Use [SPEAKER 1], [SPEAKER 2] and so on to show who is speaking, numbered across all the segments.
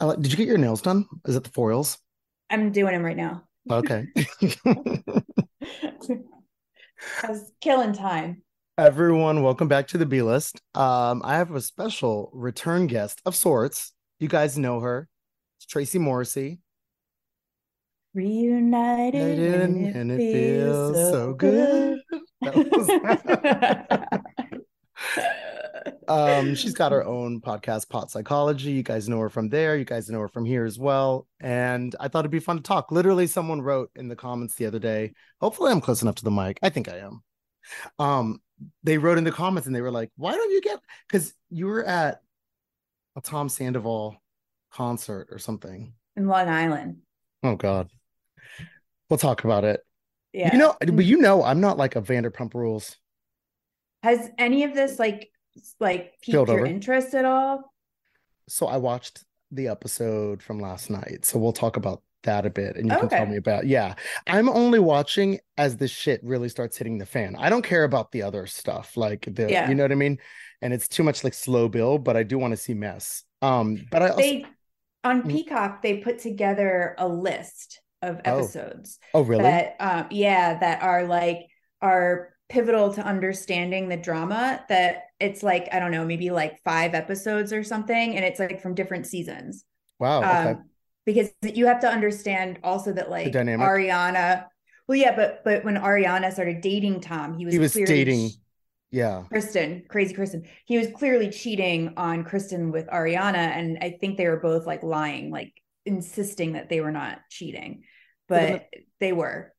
[SPEAKER 1] I like- did you get your nails done? Is it the foils?
[SPEAKER 2] I'm doing him right now.
[SPEAKER 1] Okay.
[SPEAKER 2] I was killing time.
[SPEAKER 1] Everyone, welcome back to the B List. Um, I have a special return guest of sorts. You guys know her. It's Tracy Morrissey.
[SPEAKER 2] Reunited,
[SPEAKER 1] It in, and it feels so good. That was- um, she's got her own podcast, Pot Psychology. You guys know her from there. You guys know her from here as well. And I thought it'd be fun to talk. Literally, someone wrote in the comments the other day. Hopefully, I'm close enough to the mic. I think I am. Um, they wrote in the comments and they were like, "Why don't you get?" Because you were at a Tom Sandoval concert or something.
[SPEAKER 2] in Long Island.
[SPEAKER 1] Oh God, we'll talk about it.
[SPEAKER 2] Yeah.
[SPEAKER 1] You know, but you know, I'm not like a Vanderpump Rules.
[SPEAKER 2] has any of this like s- like piqued
[SPEAKER 1] Spilled
[SPEAKER 2] your
[SPEAKER 1] over.
[SPEAKER 2] interest at all?
[SPEAKER 1] So I watched the episode from last night. So we'll talk about that a bit and you can tell
[SPEAKER 2] Okay.
[SPEAKER 1] me about. Yeah. I'm only watching as the shit really starts hitting the fan. I don't care about the other stuff like the
[SPEAKER 2] Yeah.
[SPEAKER 1] you know what I mean? And it's too much like slow build, but I do want to see mess. Um but I also
[SPEAKER 2] They on
[SPEAKER 1] Mm.
[SPEAKER 2] Peacock they put together a list of
[SPEAKER 1] Oh.
[SPEAKER 2] episodes
[SPEAKER 1] Oh really?
[SPEAKER 2] that um yeah that are like are pivotal to understanding the drama that it's like I don't know maybe like 5 episodes or something and it's like from different seasons.
[SPEAKER 1] wow. Oh, Okay.
[SPEAKER 2] um, because you have to understand also that like
[SPEAKER 1] dynamic.
[SPEAKER 2] Ariana. Well, yeah, but but when Ariana started dating Tom, he was
[SPEAKER 1] He was
[SPEAKER 2] clearly
[SPEAKER 1] dating-
[SPEAKER 2] che-
[SPEAKER 1] Yeah.
[SPEAKER 2] Kristen, crazy Kristen. He was clearly cheating on Kristen with Ariana, and I think they were both like lying, like insisting that they were not cheating,
[SPEAKER 1] then
[SPEAKER 2] but they were.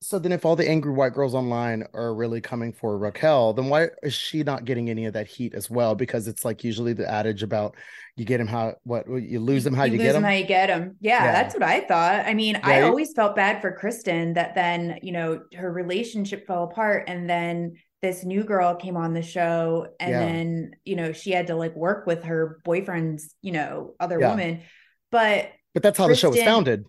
[SPEAKER 1] So then if all the angry white girls online are really coming for Raquel, then why is she not getting any of that heat as well? Because it's like usually the adage about you get him how what you lose them how you, get
[SPEAKER 2] lose
[SPEAKER 1] them.
[SPEAKER 2] how you get them. Yeah,
[SPEAKER 1] Yeah.
[SPEAKER 2] that's what I thought. I mean, I
[SPEAKER 1] Right?
[SPEAKER 2] always felt bad for Kristen that then, you know, her relationship fell apart and then this new girl came on the show and
[SPEAKER 1] Yeah.
[SPEAKER 2] then, you know, she had to like work with her boyfriend's, you know, other
[SPEAKER 1] Yeah.
[SPEAKER 2] woman. But
[SPEAKER 1] But that's how the show was
[SPEAKER 2] Kristen-
[SPEAKER 1] founded.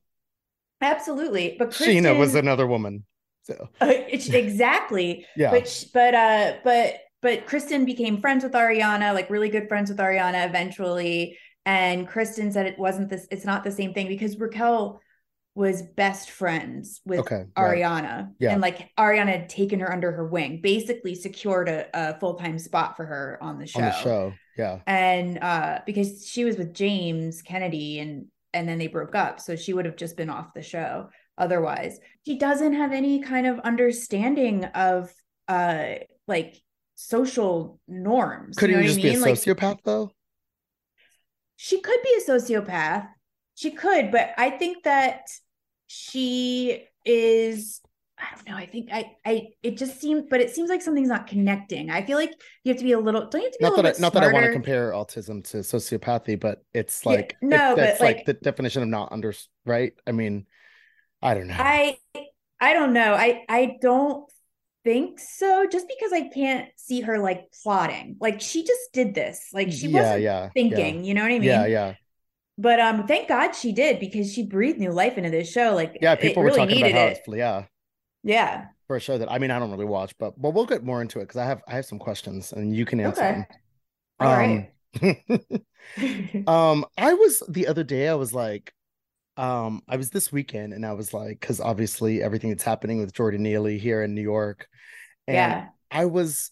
[SPEAKER 2] absolutely, but Kristen uh,
[SPEAKER 1] Sheena was another woman. So
[SPEAKER 2] it's exactly
[SPEAKER 1] yeah,
[SPEAKER 2] but sh- but uh but but Kristen became friends with Ariana, like really good friends with Ariana eventually. And Kristen said it wasn't this, it's not the same thing because Raquel was best friends with
[SPEAKER 1] okay, right.
[SPEAKER 2] Ariana.
[SPEAKER 1] Yeah.
[SPEAKER 2] And like Ariana had taken her under her wing, basically secured a, a full time spot for her on the show.
[SPEAKER 1] on the show, yeah,
[SPEAKER 2] And uh because she was with James Kennedy and and then they broke up. So she would have just been off the show otherwise. She doesn't have any kind of understanding of uh like social norms.
[SPEAKER 1] couldn't
[SPEAKER 2] you
[SPEAKER 1] you
[SPEAKER 2] know
[SPEAKER 1] just
[SPEAKER 2] what I mean?
[SPEAKER 1] be a
[SPEAKER 2] like
[SPEAKER 1] sociopath though?
[SPEAKER 2] she could be a sociopath. She could, but I think that she is I don't know. I think I I it just seems but it seems like something's not connecting. I feel like you have to be a little don't you have to be a
[SPEAKER 1] Not
[SPEAKER 2] little
[SPEAKER 1] that I,
[SPEAKER 2] bit
[SPEAKER 1] not that I want to
[SPEAKER 2] smarter?
[SPEAKER 1] compare autism to sociopathy, but it's
[SPEAKER 2] Yeah,
[SPEAKER 1] like it-
[SPEAKER 2] no, but,
[SPEAKER 1] that's like,
[SPEAKER 2] like-
[SPEAKER 1] the definition of not under right. I mean, I don't know.
[SPEAKER 2] I I don't know. I I don't think so. Just because I can't see her like plotting. Like she just did this. Like she
[SPEAKER 1] yeah,
[SPEAKER 2] wasn't
[SPEAKER 1] yeah,
[SPEAKER 2] thinking. You know what I
[SPEAKER 1] Yeah.
[SPEAKER 2] mean?
[SPEAKER 1] yeah, yeah,
[SPEAKER 2] But um, thank God she did because she breathed new life into this show. Like
[SPEAKER 1] yeah.
[SPEAKER 2] it
[SPEAKER 1] People
[SPEAKER 2] really
[SPEAKER 1] were talking about
[SPEAKER 2] needed
[SPEAKER 1] how
[SPEAKER 2] it.
[SPEAKER 1] it's, yeah,
[SPEAKER 2] Yeah.
[SPEAKER 1] for a show that I mean I don't really watch, but but we'll get more into it because I have I have some questions and you can answer
[SPEAKER 2] Okay.
[SPEAKER 1] them.
[SPEAKER 2] All
[SPEAKER 1] Um,
[SPEAKER 2] right.
[SPEAKER 1] Um, I was the other day, I was like, um, I was this weekend and I was like, because obviously everything that's happening with Jordan Neely here in New York. And
[SPEAKER 2] yeah.
[SPEAKER 1] I was,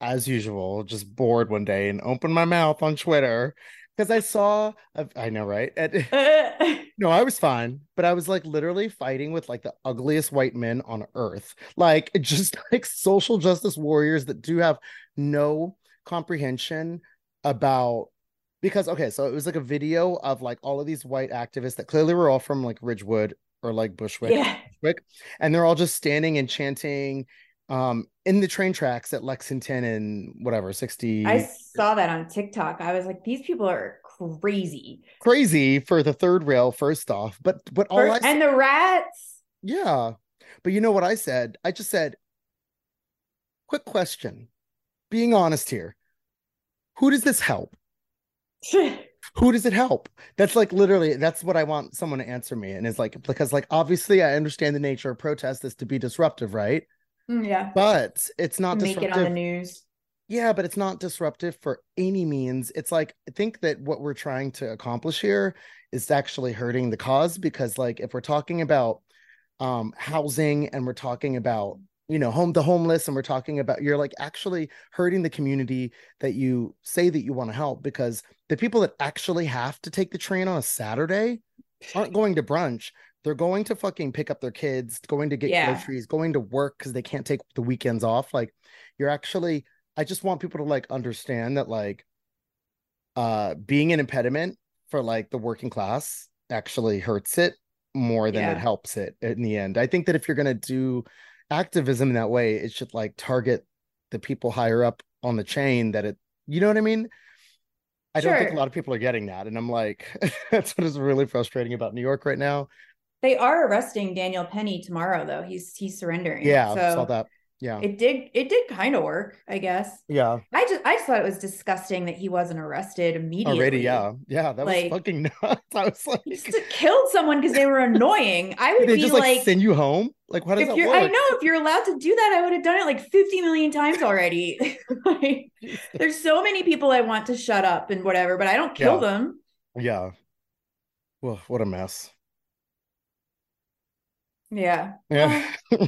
[SPEAKER 1] as usual, just bored one day and opened my mouth on Twitter because I saw, I know, right? And- no, I was fine, but I was like literally fighting with like the ugliest white men on earth, like just like social justice warriors that do have no comprehension about because okay, so it was like a video of like all of these white activists that clearly were all from like Ridgewood or like Bushwick,
[SPEAKER 2] yeah.
[SPEAKER 1] Bushwick and they're all just standing and chanting um in the train tracks at Lexington and whatever 60
[SPEAKER 2] I saw that on TikTok. I was like, these people are crazy.
[SPEAKER 1] crazy for the third rail first off but but all Oh, I
[SPEAKER 2] First-
[SPEAKER 1] saw-
[SPEAKER 2] and the rats.
[SPEAKER 1] Yeah. But you know what I said? I just said, quick question, being honest here. Who does this help?
[SPEAKER 2] Mm,
[SPEAKER 1] Who does it help? That's like literally, that's what I want someone to answer me. And it's like, because like obviously I understand the nature of protest is to be disruptive, right?
[SPEAKER 2] Mm, yeah.
[SPEAKER 1] But it's not
[SPEAKER 2] Make it on the
[SPEAKER 1] disruptive.
[SPEAKER 2] news.
[SPEAKER 1] Yeah, but it's not disruptive for any means. It's like I think that what we're trying to accomplish here is actually hurting the cause because like if we're talking about um housing and we're talking about you know home the homeless and we're talking about you're like actually hurting the community that you say that you want to help because the people that actually have to take the train on a Saturday aren't going to brunch. They're going to fucking pick up their kids, going to get
[SPEAKER 2] Yeah.
[SPEAKER 1] groceries, going to work because they can't take the weekends off. Like you're actually I just want people to like understand that like uh being an impediment for like the working class actually hurts it more than it
[SPEAKER 2] Yeah.
[SPEAKER 1] helps it in the end. I think that if you're going to do activism in that way, it should like target the people higher up on the chain that it you know what I mean? I don't think a
[SPEAKER 2] Sure.
[SPEAKER 1] lot of people are getting that and I'm like that's what is really frustrating about New York right now.
[SPEAKER 2] They are arresting Daniel Penny tomorrow, though. He's he's surrendering.
[SPEAKER 1] Yeah, I
[SPEAKER 2] so
[SPEAKER 1] saw that. Yeah.
[SPEAKER 2] it did it did kind of work, I guess.
[SPEAKER 1] yeah.
[SPEAKER 2] I just I just thought it was disgusting that he wasn't arrested immediately.
[SPEAKER 1] Already, yeah. Yeah, that
[SPEAKER 2] Like-
[SPEAKER 1] was fucking nuts. I was like
[SPEAKER 2] Just to killed someone because they were annoying. I would
[SPEAKER 1] they
[SPEAKER 2] be
[SPEAKER 1] just like, send you home? Like, how does
[SPEAKER 2] if
[SPEAKER 1] that
[SPEAKER 2] you're,
[SPEAKER 1] work?
[SPEAKER 2] I know if you're allowed to do that, I would have done it like 50 million times already. Like, there's so many people I want to shut up and whatever, but I don't kill
[SPEAKER 1] Yeah.
[SPEAKER 2] them.
[SPEAKER 1] Yeah. Well, what a mess.
[SPEAKER 2] Yeah.
[SPEAKER 1] Yeah.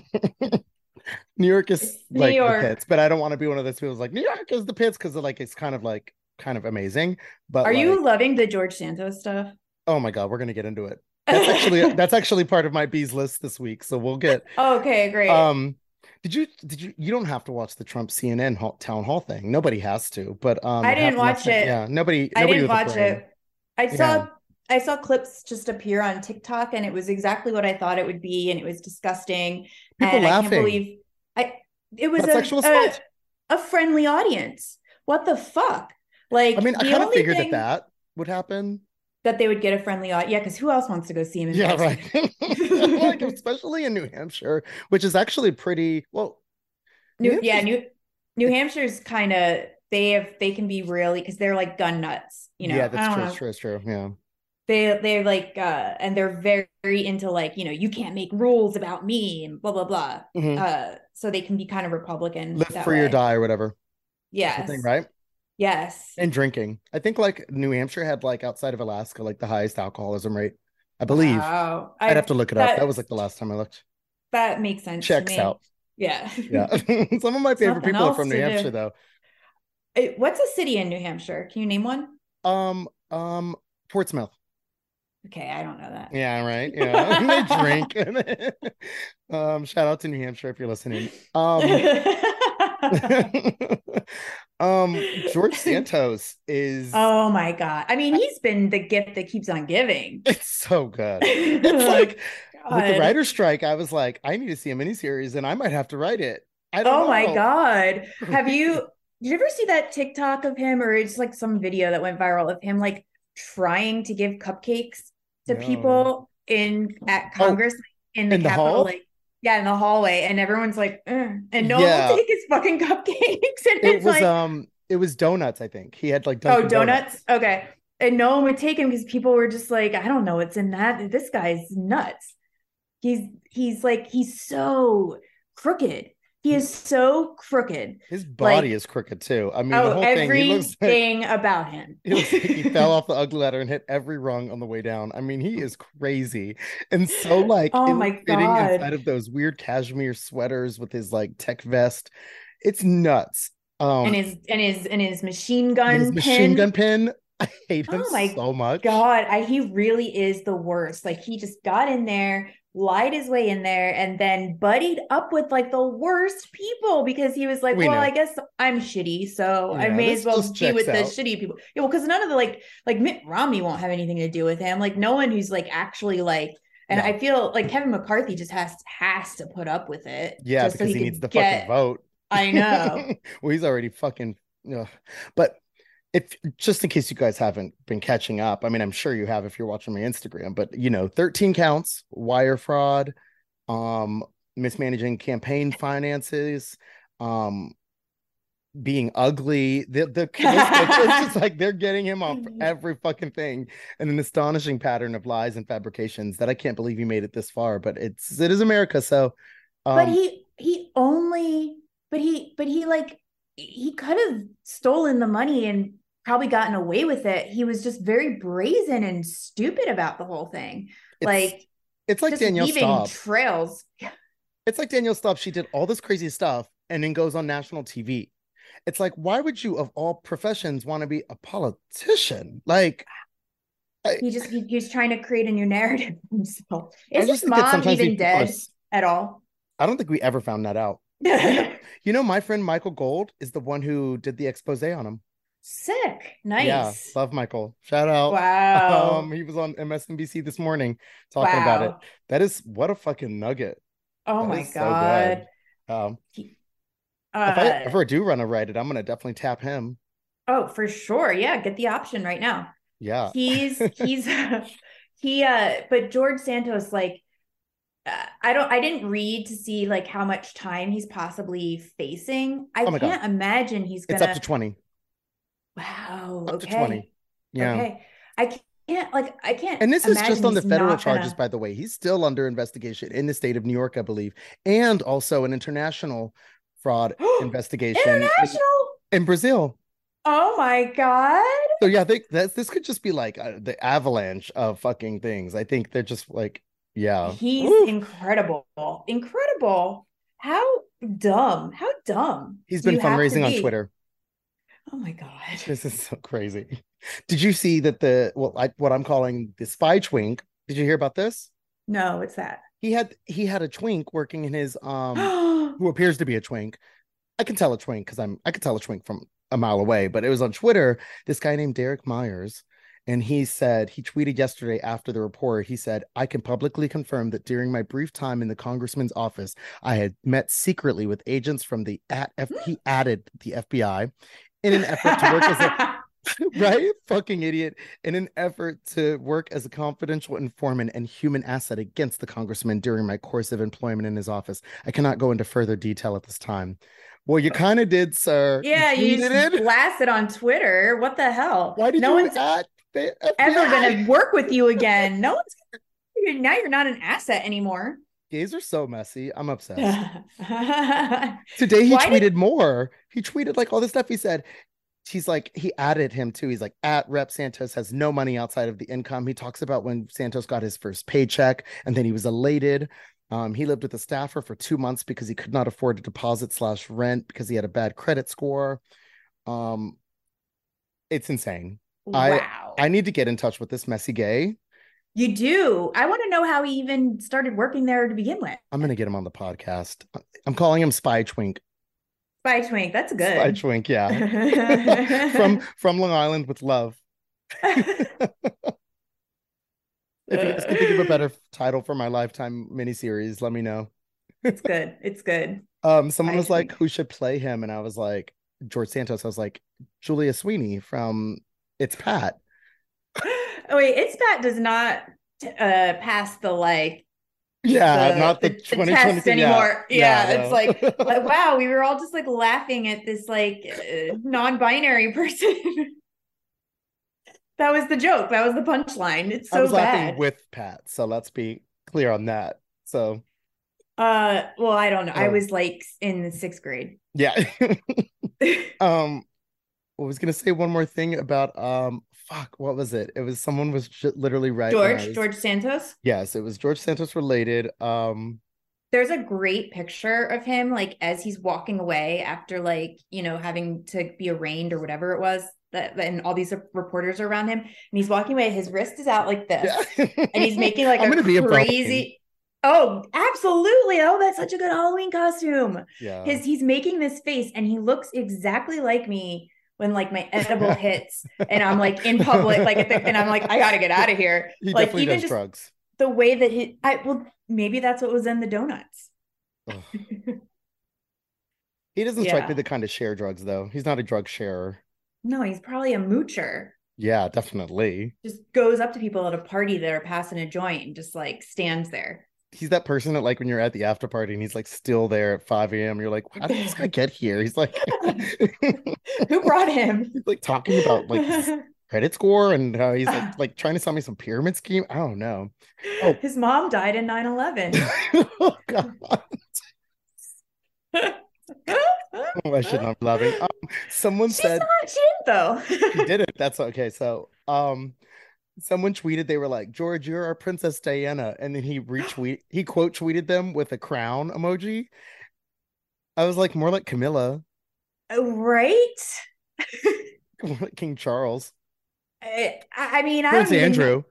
[SPEAKER 1] New York is
[SPEAKER 2] Ah. It's New
[SPEAKER 1] like
[SPEAKER 2] York.
[SPEAKER 1] the pits, but I don't want to be one of those people who's like New York is the pits because like it's kind of like kind of amazing. But
[SPEAKER 2] Are you
[SPEAKER 1] like,
[SPEAKER 2] loving the George Santos stuff?
[SPEAKER 1] oh my god, we're gonna get into it. That's actually that's actually part of my bees list this week. So we'll get
[SPEAKER 2] Oh, okay, great.
[SPEAKER 1] um did you did you you don't have to watch the Trump CNN hall, town hall thing. Nobody has to, but um
[SPEAKER 2] I
[SPEAKER 1] it
[SPEAKER 2] didn't
[SPEAKER 1] happened
[SPEAKER 2] watch
[SPEAKER 1] last night.
[SPEAKER 2] it.
[SPEAKER 1] Yeah, nobody
[SPEAKER 2] I
[SPEAKER 1] nobody
[SPEAKER 2] didn't
[SPEAKER 1] with a
[SPEAKER 2] watch
[SPEAKER 1] brain.
[SPEAKER 2] it. I
[SPEAKER 1] Yeah.
[SPEAKER 2] saw I saw clips just appear on TikTok and it was exactly what I thought it would be and it was disgusting.
[SPEAKER 1] People
[SPEAKER 2] and I
[SPEAKER 1] laughing.
[SPEAKER 2] can't believe I it was
[SPEAKER 1] That's
[SPEAKER 2] a,
[SPEAKER 1] sexual
[SPEAKER 2] a,
[SPEAKER 1] assault.
[SPEAKER 2] a friendly audience. What the fuck? Like
[SPEAKER 1] I mean, I
[SPEAKER 2] the
[SPEAKER 1] kind of
[SPEAKER 2] only
[SPEAKER 1] figured
[SPEAKER 2] thing-
[SPEAKER 1] that that would happen.
[SPEAKER 2] that they would get a friendly audience. Yeah, because who else wants to go see him? In
[SPEAKER 1] Yeah,
[SPEAKER 2] person?
[SPEAKER 1] right. like especially in New Hampshire, which is actually pretty well.
[SPEAKER 2] New,
[SPEAKER 1] New
[SPEAKER 2] yeah, New New Hampshire's kind of they have they can be really because they're like gun nuts. You know,
[SPEAKER 1] yeah,
[SPEAKER 2] I
[SPEAKER 1] that's
[SPEAKER 2] don't
[SPEAKER 1] true,
[SPEAKER 2] know.
[SPEAKER 1] it's true, it's true. Yeah,
[SPEAKER 2] They they're like uh, and they're very, into like you know you can't make rules about me and blah blah blah.
[SPEAKER 1] Mhm.
[SPEAKER 2] Uh, so they can be kind of Republican.
[SPEAKER 1] live
[SPEAKER 2] that
[SPEAKER 1] free or
[SPEAKER 2] way.
[SPEAKER 1] die or whatever. That's
[SPEAKER 2] Yes.
[SPEAKER 1] the thing, right?
[SPEAKER 2] Yes.
[SPEAKER 1] And drinking. I think like New Hampshire had like outside of Alaska like the highest alcoholism rate. I believe.
[SPEAKER 2] Wow. Uh, I,
[SPEAKER 1] I'd have to look it up.
[SPEAKER 2] that-
[SPEAKER 1] That was like the last time I looked.
[SPEAKER 2] That makes sense. to
[SPEAKER 1] Checks
[SPEAKER 2] me.
[SPEAKER 1] out.
[SPEAKER 2] Yeah.
[SPEAKER 1] Yeah, some of my favorite
[SPEAKER 2] nothing
[SPEAKER 1] people are from New
[SPEAKER 2] else to do.
[SPEAKER 1] Hampshire though.
[SPEAKER 2] Uh, What's a city in New Hampshire? Can you name one?
[SPEAKER 1] Um, um, Portsmouth.
[SPEAKER 2] Okay, I don't know that.
[SPEAKER 1] Yeah, right. Yeah, And they drink. um, shout out to New Hampshire if you're listening. Um. um George Santos is
[SPEAKER 2] Oh my God. I mean, he's been the gift that keeps on giving.
[SPEAKER 1] it's so good. It's
[SPEAKER 2] It's
[SPEAKER 1] like with the
[SPEAKER 2] God.
[SPEAKER 1] writer strike, I was like, I need to see a miniseries and I might have to write it. I don't
[SPEAKER 2] oh
[SPEAKER 1] know.
[SPEAKER 2] my God. Have you, did you ever see that TikTok of him or it's like some video that went viral of him like trying to give cupcakes to
[SPEAKER 1] No.
[SPEAKER 2] people in at
[SPEAKER 1] Oh,
[SPEAKER 2] Congress in the
[SPEAKER 1] in the
[SPEAKER 2] Capitol?
[SPEAKER 1] hall?
[SPEAKER 2] Like, yeah, in the hallway, and everyone's like, "Ugh," and no
[SPEAKER 1] Yeah.
[SPEAKER 2] one will take his fucking cupcakes.
[SPEAKER 1] It
[SPEAKER 2] And it's
[SPEAKER 1] was
[SPEAKER 2] like,
[SPEAKER 1] um it was donuts, I think. He had like
[SPEAKER 2] Oh,
[SPEAKER 1] Dunkin'
[SPEAKER 2] donuts. Okay. And no one would take him because people were just like, I don't know what's in that. This guy's nuts. He's he's like he's so crooked. He is
[SPEAKER 1] Hmm.
[SPEAKER 2] so crooked.
[SPEAKER 1] His body
[SPEAKER 2] Like-
[SPEAKER 1] is crooked too. I mean, the
[SPEAKER 2] oh,
[SPEAKER 1] whole thing. He
[SPEAKER 2] everything
[SPEAKER 1] looks like,
[SPEAKER 2] about him.
[SPEAKER 1] he looks like he fell off the ugly ladder and hit every rung on the way down. I mean, he is crazy and so like
[SPEAKER 2] Oh
[SPEAKER 1] it was
[SPEAKER 2] my
[SPEAKER 1] fitting
[SPEAKER 2] God.
[SPEAKER 1] inside of those weird cashmere sweaters with his like tech vest. It's nuts. Um,
[SPEAKER 2] and his and his and his machine gun.
[SPEAKER 1] and his machine
[SPEAKER 2] pin.
[SPEAKER 1] gun pin. I hate him
[SPEAKER 2] Oh my
[SPEAKER 1] so much.
[SPEAKER 2] God, I he really is the worst. Like he just got in there, lied his way in there, and then buddied up with like the worst people because he was like,
[SPEAKER 1] We
[SPEAKER 2] "Well,
[SPEAKER 1] know.
[SPEAKER 2] I guess I'm shitty, so I
[SPEAKER 1] Yeah,
[SPEAKER 2] may
[SPEAKER 1] this
[SPEAKER 2] as well
[SPEAKER 1] just
[SPEAKER 2] be with
[SPEAKER 1] checks out.
[SPEAKER 2] the shitty people." Yeah, well, because none of the like like Mitt Romney won't have anything to do with him. Like no one who's like actually like. And
[SPEAKER 1] No.
[SPEAKER 2] I feel like Kevin McCarthy just has has to put up with it.
[SPEAKER 1] Yeah,
[SPEAKER 2] just so
[SPEAKER 1] because he,
[SPEAKER 2] can
[SPEAKER 1] needs the
[SPEAKER 2] get-
[SPEAKER 1] fucking vote.
[SPEAKER 2] I know.
[SPEAKER 1] well, he's already fucking. Ugh. But if just in case you guys haven't been catching up, I mean, I'm sure you have if you're watching my Instagram. But you know, 13 counts, wire fraud, um, mismanaging campaign finances, um, being ugly. The the it's just like they're getting him off for every fucking thing, and an astonishing pattern of lies and fabrications that I can't believe he made it this far. But it's it is America, so. Um,
[SPEAKER 2] but he he only but he but he like he could have stolen the money and probably gotten away with it he was just very brazen and stupid about the whole thing
[SPEAKER 1] it's-
[SPEAKER 2] like
[SPEAKER 1] It's like
[SPEAKER 2] just
[SPEAKER 1] Danielle
[SPEAKER 2] leaving
[SPEAKER 1] Staub.
[SPEAKER 2] trails
[SPEAKER 1] It's like Danielle Staub. She did all this crazy stuff and then goes on national TV. It's like, why would you, of all professions, want to be a politician? Like,
[SPEAKER 2] he just he, he's trying to create a new narrative for himself
[SPEAKER 1] I
[SPEAKER 2] is
[SPEAKER 1] just
[SPEAKER 2] his
[SPEAKER 1] think that
[SPEAKER 2] mom
[SPEAKER 1] sometimes
[SPEAKER 2] even
[SPEAKER 1] these people are
[SPEAKER 2] dead
[SPEAKER 1] s-
[SPEAKER 2] at all
[SPEAKER 1] I don't think we ever found that out. You know, my friend Michael Gold is the one who did the expose on him.
[SPEAKER 2] sick
[SPEAKER 1] Yeah,
[SPEAKER 2] nice
[SPEAKER 1] love Michael. Shout out.
[SPEAKER 2] wow
[SPEAKER 1] Um, he was on MSNBC this morning talking about it.
[SPEAKER 2] Wow.
[SPEAKER 1] That is what a fucking nugget.
[SPEAKER 2] oh
[SPEAKER 1] That
[SPEAKER 2] my
[SPEAKER 1] is so
[SPEAKER 2] god
[SPEAKER 1] good. Um,
[SPEAKER 2] uh,
[SPEAKER 1] if I ever do run a Reddit, I'm gonna definitely tap him.
[SPEAKER 2] oh for sure yeah get the option right now
[SPEAKER 1] Yeah,
[SPEAKER 2] he's he's he uh but george santos like uh, i don't i didn't read to see like how much time he's possibly facing i
[SPEAKER 1] Oh my God.
[SPEAKER 2] can't imagine he's
[SPEAKER 1] it's
[SPEAKER 2] gonna
[SPEAKER 1] up to twenty.
[SPEAKER 2] wow
[SPEAKER 1] Up
[SPEAKER 2] okay
[SPEAKER 1] to twenty. Yeah.
[SPEAKER 2] okay i can't like i can't
[SPEAKER 1] And this is just
[SPEAKER 2] imagine
[SPEAKER 1] on the
[SPEAKER 2] he's
[SPEAKER 1] federal
[SPEAKER 2] not gonna-
[SPEAKER 1] charges, by the way. He's still under investigation in the state of New York, I believe, and also an international fraud investigation in-
[SPEAKER 2] international
[SPEAKER 1] in, Brazil.
[SPEAKER 2] oh my god
[SPEAKER 1] So yeah, I think that's this could just be like uh, the avalanche of fucking things. I think they're just like, yeah,
[SPEAKER 2] he's
[SPEAKER 1] Woo.
[SPEAKER 2] incredible incredible how dumb how dumb
[SPEAKER 1] he's
[SPEAKER 2] do
[SPEAKER 1] been
[SPEAKER 2] you have to
[SPEAKER 1] fundraising on
[SPEAKER 2] be?
[SPEAKER 1] Twitter.
[SPEAKER 2] oh my god
[SPEAKER 1] This is so crazy. Did you see that the well, I, what I'm calling the spy twink? Did you hear about this?
[SPEAKER 2] no it's that
[SPEAKER 1] He had he had a twink working in his um who appears to be a twink. I can tell a twink because I'm I could tell a twink from a mile away, but it was on Twitter. This guy named Derek Myers, and he said he tweeted yesterday after the report. He said, I can publicly confirm that during my brief time in the congressman's office, I had met secretly with agents from the at F- he added the FBI in an effort to work as a right fucking idiot in an effort to work as a confidential informant and human asset against the congressman during my course of employment in his office i cannot go into further detail at this time well you kind of did sir
[SPEAKER 2] Yeah, you
[SPEAKER 1] tweeted
[SPEAKER 2] just
[SPEAKER 1] it.
[SPEAKER 2] blasted on Twitter. What the hell?
[SPEAKER 1] why did
[SPEAKER 2] no
[SPEAKER 1] you
[SPEAKER 2] one's
[SPEAKER 1] add the
[SPEAKER 2] ever
[SPEAKER 1] FBI?
[SPEAKER 2] gonna work with you again. No one's you're, now you're not an asset anymore.
[SPEAKER 1] gays are so messy i'm obsessed
[SPEAKER 2] oh
[SPEAKER 1] today he
[SPEAKER 2] Why
[SPEAKER 1] tweeted
[SPEAKER 2] did-
[SPEAKER 1] more he tweeted like all this stuff he said he's like he added him too he's like at rep santos has no money outside of the income he talks about when santos got his first paycheck and then he was elated um, he lived with a staffer for two months because he could not afford a deposit slash rent because he had a bad credit score um it's insane
[SPEAKER 2] wow.
[SPEAKER 1] i need to get in touch with this messy gay
[SPEAKER 2] you do. I want to know how he even started working there to begin with.
[SPEAKER 1] i'm gonna get him on the podcast i'm calling him spy twink
[SPEAKER 2] Spy Twink, that's
[SPEAKER 1] spy
[SPEAKER 2] good.
[SPEAKER 1] twink yeah from from Long Island with love. If you guys could think of a better title for my lifetime miniseries, let me know.
[SPEAKER 2] it's good. It's good.
[SPEAKER 1] Um, someone
[SPEAKER 2] I
[SPEAKER 1] was like,
[SPEAKER 2] think-
[SPEAKER 1] "Who should play him?" And I was like, "George Santos." I was like, "Julia Sweeney from It's Pat."
[SPEAKER 2] Oh wait, it's Pat does not uh pass the like
[SPEAKER 1] Yeah,
[SPEAKER 2] The-
[SPEAKER 1] Uh, not the,
[SPEAKER 2] the- the
[SPEAKER 1] 2020
[SPEAKER 2] test anymore. Yeah, it's
[SPEAKER 1] like
[SPEAKER 2] like wow we were all just like laughing at this like uh, non-binary person that was the joke that was the punchline it's
[SPEAKER 1] I
[SPEAKER 2] so
[SPEAKER 1] was laughing
[SPEAKER 2] bad
[SPEAKER 1] with Pat, so let's be clear on that. So
[SPEAKER 2] Uh, well, I don't know. I
[SPEAKER 1] Oh.
[SPEAKER 2] was like in the sixth grade.
[SPEAKER 1] Yeah. um, I was gonna say one more thing about um, fuck, what was it? It was someone was j- literally right. when I
[SPEAKER 2] George,
[SPEAKER 1] was-
[SPEAKER 2] George Santos.
[SPEAKER 1] Yes, it was George Santos related. Um,
[SPEAKER 2] There's a great picture of him, like as he's walking away after, like you know, having to be arraigned or whatever it was. That and all these reporters are around him, and he's walking away. His wrist is out like this,
[SPEAKER 1] yeah.
[SPEAKER 2] and he's making like
[SPEAKER 1] I'm
[SPEAKER 2] a
[SPEAKER 1] gonna be a Brownie.
[SPEAKER 2] crazy. oh, absolutely! Oh, that's such a good Halloween costume.
[SPEAKER 1] yeah.
[SPEAKER 2] his he's making this face and he looks exactly like me when like my edible hits and I'm like in public like at the, and I'm like I gotta get out of here
[SPEAKER 1] he
[SPEAKER 2] like
[SPEAKER 1] definitely
[SPEAKER 2] even
[SPEAKER 1] does
[SPEAKER 2] just
[SPEAKER 1] drugs.
[SPEAKER 2] the way that he I well maybe that's what was in the donuts
[SPEAKER 1] Ugh. He doesn't strike me
[SPEAKER 2] Yeah.
[SPEAKER 1] the kind of share drugs though. He's not a drug sharer.
[SPEAKER 2] no he's probably a moocher
[SPEAKER 1] Yeah, definitely.
[SPEAKER 2] just goes up to people at a party that are passing a joint and just like stands there
[SPEAKER 1] He's that person that like when you're at the after party and he's like still there at 5 a.m. You're like, how did this guy get here? He's like
[SPEAKER 2] who brought him
[SPEAKER 1] He's like talking about like his credit score and how he's like, like trying to sell me some pyramid scheme. I don't know. Oh.
[SPEAKER 2] his mom died in 9/11
[SPEAKER 1] oh, God. Oh, I should not be laughing. Um, someone
[SPEAKER 2] she's
[SPEAKER 1] said
[SPEAKER 2] not she though
[SPEAKER 1] he did it. That's okay. So, um, someone tweeted they were like, "George, you're our Princess Diana," and then he retweet he quote tweeted them with a crown emoji. I was like, more like Camilla,
[SPEAKER 2] Oh, right
[SPEAKER 1] more like King Charles,
[SPEAKER 2] I, I I mean, I
[SPEAKER 1] Prince
[SPEAKER 2] don't even know-
[SPEAKER 1] Andrew.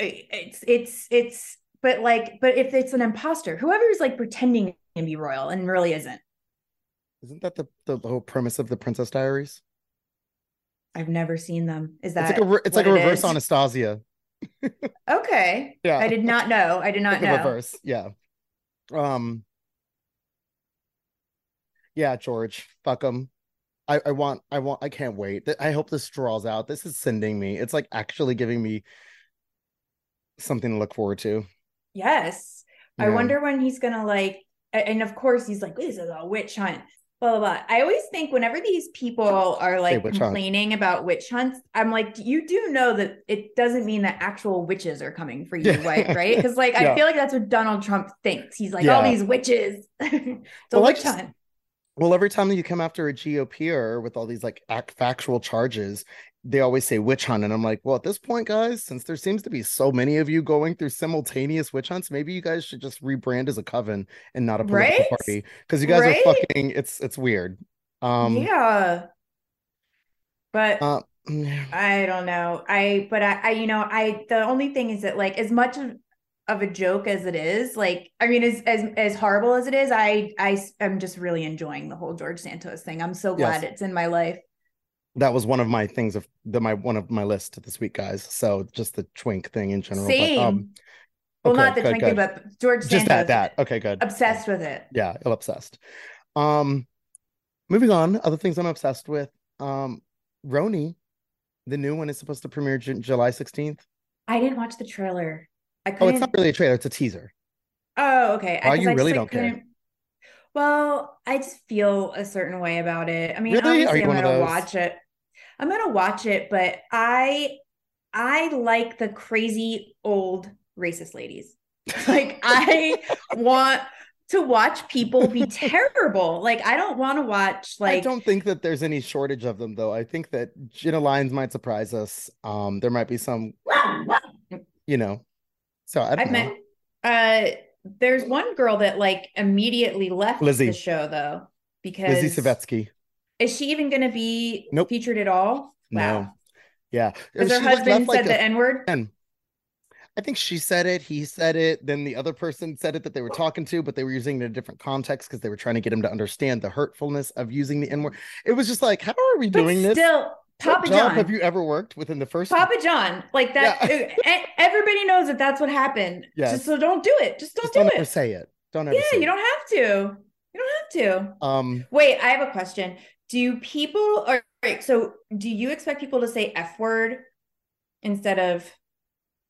[SPEAKER 2] It's it's it's, but like, but if it's an imposter, whoever's like pretending to be royal and really isn't.
[SPEAKER 1] Isn't that the, the whole premise of the Princess Diaries?
[SPEAKER 2] I've never seen them. Is
[SPEAKER 1] It's
[SPEAKER 2] that
[SPEAKER 1] like a re- it's like a
[SPEAKER 2] what it
[SPEAKER 1] reverse
[SPEAKER 2] is?
[SPEAKER 1] Anastasia.
[SPEAKER 2] okay?
[SPEAKER 1] Yeah,
[SPEAKER 2] I did not know. I did not
[SPEAKER 1] like
[SPEAKER 2] know.
[SPEAKER 1] a reverse. Yeah. Um. Yeah, George, fuck him. I, I want, I want, I can't wait. Th- I hope this draws out. This is sending me. It's like actually giving me something to look forward to.
[SPEAKER 2] Yes, I
[SPEAKER 1] Yeah.
[SPEAKER 2] wonder when he's gonna like. a- And of course, he's like, "This is a witch hunt." Blah blah blah. I always think whenever these people are like
[SPEAKER 1] witch hunt.
[SPEAKER 2] complaining about witch hunts, I'm like, you do know that it doesn't mean that actual witches are coming for you,
[SPEAKER 1] Yeah.
[SPEAKER 2] like, right? Because like
[SPEAKER 1] Yeah.
[SPEAKER 2] I feel like that's what Donald Trump thinks. He's like, all
[SPEAKER 1] Yeah.
[SPEAKER 2] these witches. it's a
[SPEAKER 1] Well, I
[SPEAKER 2] witch
[SPEAKER 1] just-
[SPEAKER 2] hunt.
[SPEAKER 1] Well, every time that you come after a GOPer with all these like act factual charges, they always say witch hunt. And I'm like, well, at this point, guys, since there seems to be so many of you going through simultaneous witch hunts, maybe you guys should just rebrand as a coven and not a political
[SPEAKER 2] Right?
[SPEAKER 1] party. Because you guys
[SPEAKER 2] Right?
[SPEAKER 1] are fucking it's it's weird. Um
[SPEAKER 2] yeah, but
[SPEAKER 1] uh, yeah.
[SPEAKER 2] I don't know. I but I, I you know I the only thing is that like as much of, of a joke as it is, like I mean as as as horrible as it is, I I am just really enjoying the whole George Santos thing. I'm so glad it's in my life.
[SPEAKER 1] that was one of my things of the my one of my list this week, guys. So just the twink thing in general.
[SPEAKER 2] Same.
[SPEAKER 1] But, um
[SPEAKER 2] well,
[SPEAKER 1] okay,
[SPEAKER 2] not the
[SPEAKER 1] good,
[SPEAKER 2] twinkie,
[SPEAKER 1] good.
[SPEAKER 2] but George
[SPEAKER 1] just
[SPEAKER 2] Santos.
[SPEAKER 1] that that. Okay, good.
[SPEAKER 2] Obsessed with it.
[SPEAKER 1] yeah i'm obsessed um moving on other things i'm obsessed with um roni the new one is supposed to premiere Ju- july 16th
[SPEAKER 2] I didn't watch the trailer. I
[SPEAKER 1] oh
[SPEAKER 2] couldn't.
[SPEAKER 1] it's not really a trailer it's a teaser
[SPEAKER 2] Oh, okay. I,
[SPEAKER 1] Wow,
[SPEAKER 2] 'cause
[SPEAKER 1] you
[SPEAKER 2] I just,
[SPEAKER 1] really
[SPEAKER 2] like,
[SPEAKER 1] don't care.
[SPEAKER 2] couldn't- Well, I just feel a certain way about it. I mean,
[SPEAKER 1] Really? Are
[SPEAKER 2] obviously,
[SPEAKER 1] you
[SPEAKER 2] I'm
[SPEAKER 1] one of
[SPEAKER 2] gonna
[SPEAKER 1] those?
[SPEAKER 2] watch it. I'm gonna watch it, but I I like the crazy old racist ladies. Like I want to watch people be terrible. Like I don't want to watch
[SPEAKER 1] i
[SPEAKER 2] like
[SPEAKER 1] don't think that there's any shortage of them though i think that jenna lyons might surprise us um there might be some you know so i don't
[SPEAKER 2] I've
[SPEAKER 1] know
[SPEAKER 2] met uh there's one girl that like immediately left
[SPEAKER 1] Lizzie.
[SPEAKER 2] the show though because
[SPEAKER 1] lizzie savetsky
[SPEAKER 2] Is she even going to be
[SPEAKER 1] Nope.
[SPEAKER 2] featured at all?
[SPEAKER 1] no
[SPEAKER 2] Wow.
[SPEAKER 1] yeah
[SPEAKER 2] Because her
[SPEAKER 1] She, like,
[SPEAKER 2] husband
[SPEAKER 1] left, like,
[SPEAKER 2] said
[SPEAKER 1] a-
[SPEAKER 2] the N word.
[SPEAKER 1] And I think she said it, he said it, then the other person said it that they were talking to, but they were using it in a different context because they were trying to get him to understand the hurtfulness of using the N word. It was just like, how are we
[SPEAKER 2] But
[SPEAKER 1] doing this?
[SPEAKER 2] still,
[SPEAKER 1] What
[SPEAKER 2] Papa
[SPEAKER 1] job have
[SPEAKER 2] John.
[SPEAKER 1] you ever worked within the first?
[SPEAKER 2] Papa John, like that. e- Everybody knows that that's what happened.
[SPEAKER 1] Yes.
[SPEAKER 2] Just so don't do it. Just don't
[SPEAKER 1] Just
[SPEAKER 2] do
[SPEAKER 1] don't ever
[SPEAKER 2] it.
[SPEAKER 1] say it. Don't ever.
[SPEAKER 2] Yeah,
[SPEAKER 1] say
[SPEAKER 2] you
[SPEAKER 1] it.
[SPEAKER 2] don't have to. You don't have to.
[SPEAKER 1] Um,
[SPEAKER 2] Wait, I have a question. Do people? All right. So, do you expect people to say F word instead of,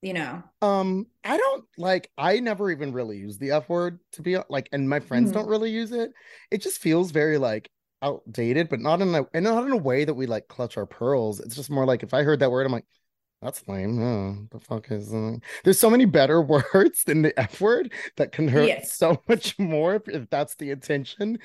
[SPEAKER 2] you know?
[SPEAKER 1] um, I don't like. I never even really use the F word to be like, and my friends
[SPEAKER 2] Mhm.
[SPEAKER 1] don't really use it. It just feels very like outdated, but not in a and not in a way that we like clutch our pearls. It's just more like if I heard that word, I'm like, That's lame. Oh, the fuck is uh, there's so many better words than the F word that can hurt
[SPEAKER 2] Yes.
[SPEAKER 1] so much more if, if that's the intention.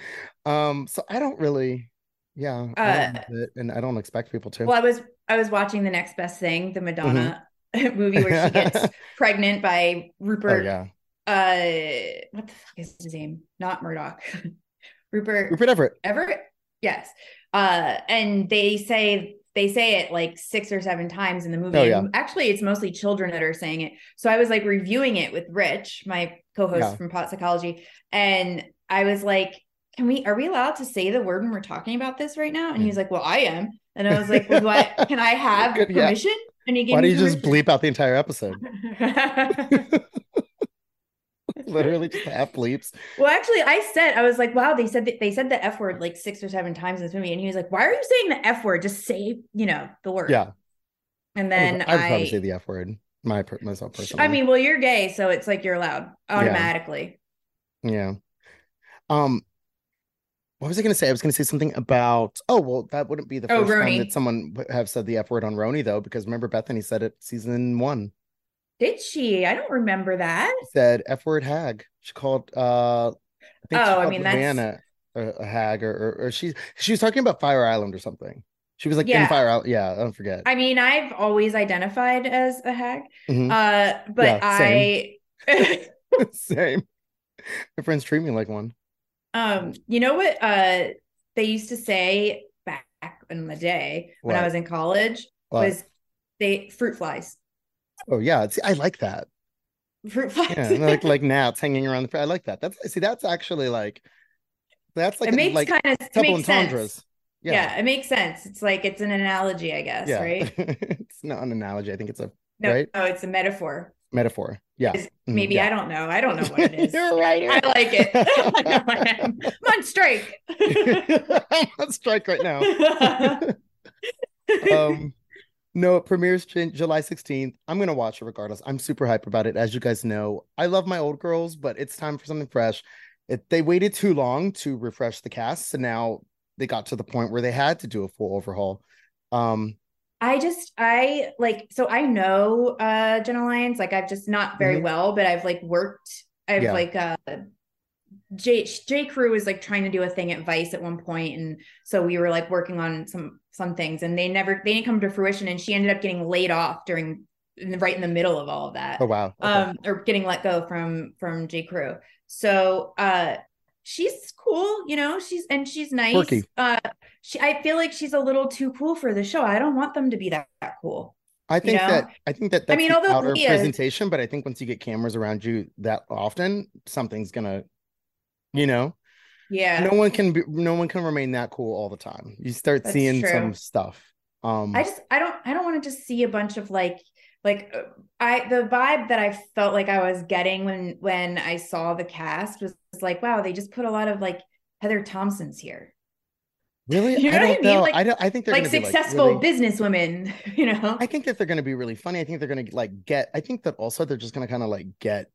[SPEAKER 1] Um, so I don't really, yeah, I don't
[SPEAKER 2] Uh,
[SPEAKER 1] love it, and I don't expect people to.
[SPEAKER 2] Well, I was I was watching the next best thing, the
[SPEAKER 1] Mm-hmm.
[SPEAKER 2] Madonna movie where she gets pregnant by
[SPEAKER 1] oh
[SPEAKER 2] Rupert.
[SPEAKER 1] yeah,
[SPEAKER 2] Uh, what the fuck is his name? Not Murdoch. Rupert.
[SPEAKER 1] Rupert Everett.
[SPEAKER 2] Everett. Yes. Uh, and they say they say it like six or seven times in the movie.
[SPEAKER 1] Oh, yeah.
[SPEAKER 2] And Actually, it's mostly children that are saying it. So I was like reviewing it with Rich, my co-host
[SPEAKER 1] Yeah.
[SPEAKER 2] from Pot Psychology, and I was like, "Can we? Are we allowed to say the word when we're talking about this right now?" And he was like, "Well, I am." And I was like, well, "What? Can I have
[SPEAKER 1] Good, yeah.
[SPEAKER 2] permission?" And he gave
[SPEAKER 1] Why do
[SPEAKER 2] me
[SPEAKER 1] you just
[SPEAKER 2] permission.
[SPEAKER 1] bleep out the entire episode? Literally just have bleeps.
[SPEAKER 2] Well, actually, I said I was like, "Wow!" They said that they said the f word like six or seven times in this movie, and he was like, "Why are you saying the f word? Just say you know the word."
[SPEAKER 1] Yeah, I
[SPEAKER 2] And
[SPEAKER 1] would-
[SPEAKER 2] then
[SPEAKER 1] I would
[SPEAKER 2] I,
[SPEAKER 1] probably say the F word. My per- myself personally.
[SPEAKER 2] I mean, well, you're gay, so it's like you're allowed automatically.
[SPEAKER 1] Yeah. Um, what was I gonna say? I was gonna say something about oh well, that wouldn't be the
[SPEAKER 2] Oh,
[SPEAKER 1] first time that
[SPEAKER 2] Roni.
[SPEAKER 1] someone would have said the F word on Roni though, because remember Bethany said it season one.
[SPEAKER 2] Did she? I don't remember that.
[SPEAKER 1] She said F word hag. She called uh I think she
[SPEAKER 2] Oh, I
[SPEAKER 1] called
[SPEAKER 2] mean, that's-
[SPEAKER 1] Luana a, a hag or, or or she she was talking about Fire Island or something. She was like in
[SPEAKER 2] Yeah.
[SPEAKER 1] Fire Island. Yeah, I don't forget.
[SPEAKER 2] I mean, I've always identified as a hag,
[SPEAKER 1] Mhm.
[SPEAKER 2] uh, but
[SPEAKER 1] Yeah, same.
[SPEAKER 2] I,
[SPEAKER 1] Same. My friends treat me like one.
[SPEAKER 2] um, you know what uh, they used to say back in the day when I
[SPEAKER 1] What?
[SPEAKER 2] was in college
[SPEAKER 1] But
[SPEAKER 2] was they fruit flies,
[SPEAKER 1] oh yeah, see, I like that.
[SPEAKER 2] fruit flies.
[SPEAKER 1] Yeah, and like like gnats hanging around the. fr- I like that. That's see, that's actually like, that's like
[SPEAKER 2] it makes
[SPEAKER 1] like
[SPEAKER 2] kind of
[SPEAKER 1] double
[SPEAKER 2] makes sense.
[SPEAKER 1] entendres.
[SPEAKER 2] Yeah.
[SPEAKER 1] Yeah,
[SPEAKER 2] it makes sense. It's like it's an analogy, I guess, right?
[SPEAKER 1] it's not an analogy. I think it's a
[SPEAKER 2] No,
[SPEAKER 1] Right?
[SPEAKER 2] no, it's a metaphor.
[SPEAKER 1] metaphor. Yeah,
[SPEAKER 2] Is-
[SPEAKER 1] Mhm,
[SPEAKER 2] Maybe
[SPEAKER 1] yeah.
[SPEAKER 2] I don't know. I don't know what it is.
[SPEAKER 1] You're right.
[SPEAKER 2] I like it. I know I am.
[SPEAKER 1] am.
[SPEAKER 2] I'm on strike.
[SPEAKER 1] I'm on strike right now. um no it premieres Jan- july 16th i'm gonna watch it regardless i'm super hype about it as you guys know i love my old girls but it's time for something fresh it, they waited too long to refresh the cast so now they got to the point where they had to do a full overhaul um
[SPEAKER 2] I just I like so I know uh Jenna Lyons. Like I've just not very
[SPEAKER 1] Mhm.
[SPEAKER 2] well, but I've like worked. I've
[SPEAKER 1] Yeah.
[SPEAKER 2] like uh J J Crew was like trying to do a thing at Vice at one point, and so we were like working on some some things, and they never they didn't come to fruition, and she ended up getting laid off during in the, right in the middle of all of that.
[SPEAKER 1] oh wow okay.
[SPEAKER 2] um or getting let go from from J Crew. So uh she's cool, you know, she's and she's nice.
[SPEAKER 1] Quirky.
[SPEAKER 2] Uh she I feel like she's a little too cool for the show. I don't want them to be that, that cool.
[SPEAKER 1] i think
[SPEAKER 2] know?
[SPEAKER 1] that i think that that's
[SPEAKER 2] mean,
[SPEAKER 1] the
[SPEAKER 2] although
[SPEAKER 1] outer
[SPEAKER 2] Leah-
[SPEAKER 1] presentation but i think once you get cameras around you that often something's gonna you know
[SPEAKER 2] Yeah.
[SPEAKER 1] no one can be no one can remain that cool all the time you start
[SPEAKER 2] That's
[SPEAKER 1] seeing
[SPEAKER 2] true.
[SPEAKER 1] some stuff um
[SPEAKER 2] I just I don't I don't want to just see a bunch of like like uh, I the vibe that I felt like I was getting when when I saw the cast was, was like wow, they just put a lot of like Heather Thompson's here.
[SPEAKER 1] Really? I
[SPEAKER 2] You know what I
[SPEAKER 1] don't
[SPEAKER 2] mean?
[SPEAKER 1] know.
[SPEAKER 2] Like-
[SPEAKER 1] I don't I think they're
[SPEAKER 2] Like
[SPEAKER 1] gonna be
[SPEAKER 2] successful
[SPEAKER 1] really-
[SPEAKER 2] businesswomen, you know.
[SPEAKER 1] I think that they're gonna be really funny. I think they're gonna like get I think that also they're just gonna kind of like get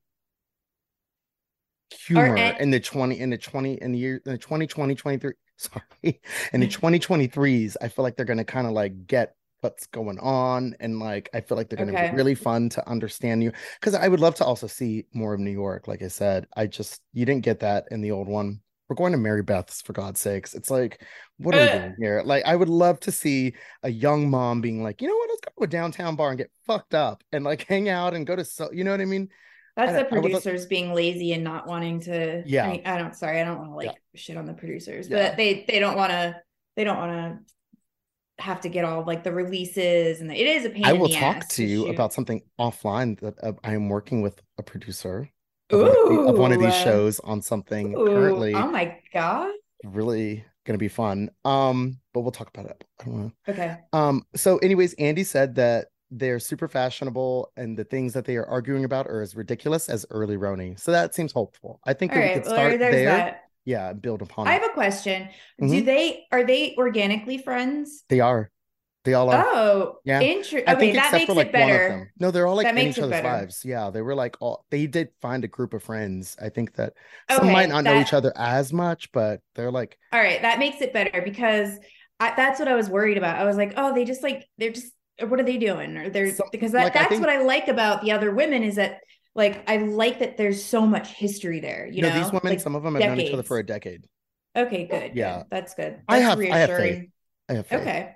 [SPEAKER 1] humor
[SPEAKER 2] and-
[SPEAKER 1] in the 20 in the 20 in the year in the 2020 23 sorry in the 2023s I feel like they're gonna kind of like get what's going on and like I feel like they're gonna
[SPEAKER 2] Okay.
[SPEAKER 1] be really fun to understand you because I would love to also see more of New York like I said I just you didn't get that in the old one we're going to Mary Beth's for God's sakes it's like what are we
[SPEAKER 2] Ugh.
[SPEAKER 1] doing here like I would love to see a young mom being like you know what let's go to a downtown bar and get fucked up and like hang out and go to so you know what I mean
[SPEAKER 2] That's
[SPEAKER 1] I
[SPEAKER 2] the
[SPEAKER 1] don't- I would lo-
[SPEAKER 2] producers being lazy and not wanting to.
[SPEAKER 1] Yeah.
[SPEAKER 2] I, mean, I don't. Sorry, I don't want to like
[SPEAKER 1] Yeah.
[SPEAKER 2] shit on the producers,
[SPEAKER 1] Yeah.
[SPEAKER 2] but they they don't want to. They don't want to have to get all like the releases, and it is a pain.
[SPEAKER 1] I
[SPEAKER 2] in
[SPEAKER 1] will
[SPEAKER 2] the
[SPEAKER 1] talk
[SPEAKER 2] ass
[SPEAKER 1] to you
[SPEAKER 2] shoot.
[SPEAKER 1] about something offline that uh, I am working with a producer of one, of the- of one of these
[SPEAKER 2] Ooh.
[SPEAKER 1] shows on something
[SPEAKER 2] Ooh,
[SPEAKER 1] currently
[SPEAKER 2] oh my god.
[SPEAKER 1] really going to be fun. Um, but we'll talk about it. I don't know.
[SPEAKER 2] Okay.
[SPEAKER 1] Um, so, anyways, Andy said that they're super fashionable and the things that they are arguing about are as ridiculous as early Roni. So that seems hopeful. I think
[SPEAKER 2] All
[SPEAKER 1] that we
[SPEAKER 2] right.
[SPEAKER 1] could
[SPEAKER 2] Well,
[SPEAKER 1] start
[SPEAKER 2] there's
[SPEAKER 1] there.
[SPEAKER 2] that.
[SPEAKER 1] Yeah, and build upon
[SPEAKER 2] I
[SPEAKER 1] it.
[SPEAKER 2] have a question. Do
[SPEAKER 1] Mhm.
[SPEAKER 2] they are they organically friends?
[SPEAKER 1] They are. They all are.
[SPEAKER 2] Oh,
[SPEAKER 1] yeah.
[SPEAKER 2] Intre-
[SPEAKER 1] I
[SPEAKER 2] okay,
[SPEAKER 1] think
[SPEAKER 2] that
[SPEAKER 1] except
[SPEAKER 2] makes
[SPEAKER 1] for
[SPEAKER 2] it
[SPEAKER 1] like one of
[SPEAKER 2] better.
[SPEAKER 1] them. No, they're all like
[SPEAKER 2] That
[SPEAKER 1] in
[SPEAKER 2] makes
[SPEAKER 1] each
[SPEAKER 2] it
[SPEAKER 1] other's
[SPEAKER 2] better.
[SPEAKER 1] lives. Yeah, they were like all they did find a group of friends. I think that some might
[SPEAKER 2] Okay,
[SPEAKER 1] not know each
[SPEAKER 2] that-
[SPEAKER 1] other as much, but they're like,
[SPEAKER 2] All right, that makes it better because I, that's what I was worried about. I was like, oh, they just like they're just or what are they doing? Or they're
[SPEAKER 1] Some-
[SPEAKER 2] because that,
[SPEAKER 1] like, I
[SPEAKER 2] that's
[SPEAKER 1] think-
[SPEAKER 2] what I like about the other women is that like I like that there's so much history there. You
[SPEAKER 1] no,
[SPEAKER 2] know,
[SPEAKER 1] these women,
[SPEAKER 2] Like,
[SPEAKER 1] some of them have known each other
[SPEAKER 2] decades.
[SPEAKER 1] for a decade.
[SPEAKER 2] okay, good.
[SPEAKER 1] Yeah.
[SPEAKER 2] Yeah, that's good.
[SPEAKER 1] I
[SPEAKER 2] That's
[SPEAKER 1] have- I have faith.
[SPEAKER 2] reassuring.
[SPEAKER 1] I have faith.
[SPEAKER 2] Okay.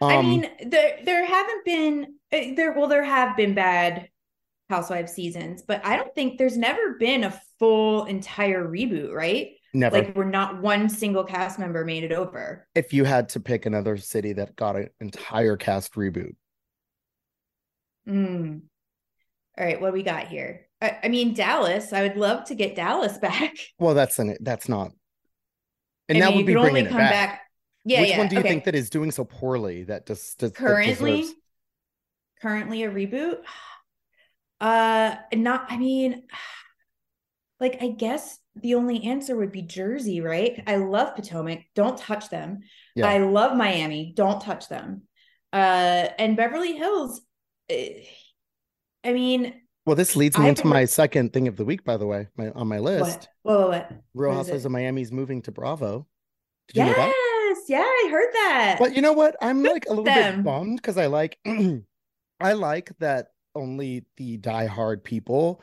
[SPEAKER 1] Um,
[SPEAKER 2] I mean, there there haven't been eh, there well there have been bad housewife seasons, but I don't think there's never been a full entire reboot, right?
[SPEAKER 1] never.
[SPEAKER 2] Like we're not one single cast member made it over.
[SPEAKER 1] if you had to pick another city that got an entire cast reboot,
[SPEAKER 2] Mm. All right, what do we got here? I, I mean, Dallas. I would love to get Dallas back.
[SPEAKER 1] well, that's an that's not.
[SPEAKER 2] I
[SPEAKER 1] And now
[SPEAKER 2] mean,
[SPEAKER 1] we'd be
[SPEAKER 2] you could
[SPEAKER 1] bringing it
[SPEAKER 2] only come
[SPEAKER 1] back.
[SPEAKER 2] back. Yeah,
[SPEAKER 1] Which
[SPEAKER 2] yeah.
[SPEAKER 1] one do you
[SPEAKER 2] okay.
[SPEAKER 1] think that is doing so poorly that just that
[SPEAKER 2] Currently?
[SPEAKER 1] deserves-
[SPEAKER 2] currently a reboot? Uh, not. I mean, like I guess the only answer would be Jersey, right? I love Potomac. Don't touch them.
[SPEAKER 1] Yeah.
[SPEAKER 2] I love Miami. Don't touch them. Uh, and Beverly Hills. eh, I mean,
[SPEAKER 1] Well, this leads me
[SPEAKER 2] I've
[SPEAKER 1] into
[SPEAKER 2] been-
[SPEAKER 1] my second thing of the week, by the way, my, on my list.
[SPEAKER 2] what? Whoa, whoa, what?
[SPEAKER 1] Real
[SPEAKER 2] What is
[SPEAKER 1] Housewives
[SPEAKER 2] it?
[SPEAKER 1] of Miami's moving to Bravo. Did you know that?
[SPEAKER 2] Yes, yeah, I heard that.
[SPEAKER 1] But you know what? I'm like a little bit
[SPEAKER 2] them.
[SPEAKER 1] bummed because I like I like that only the diehard people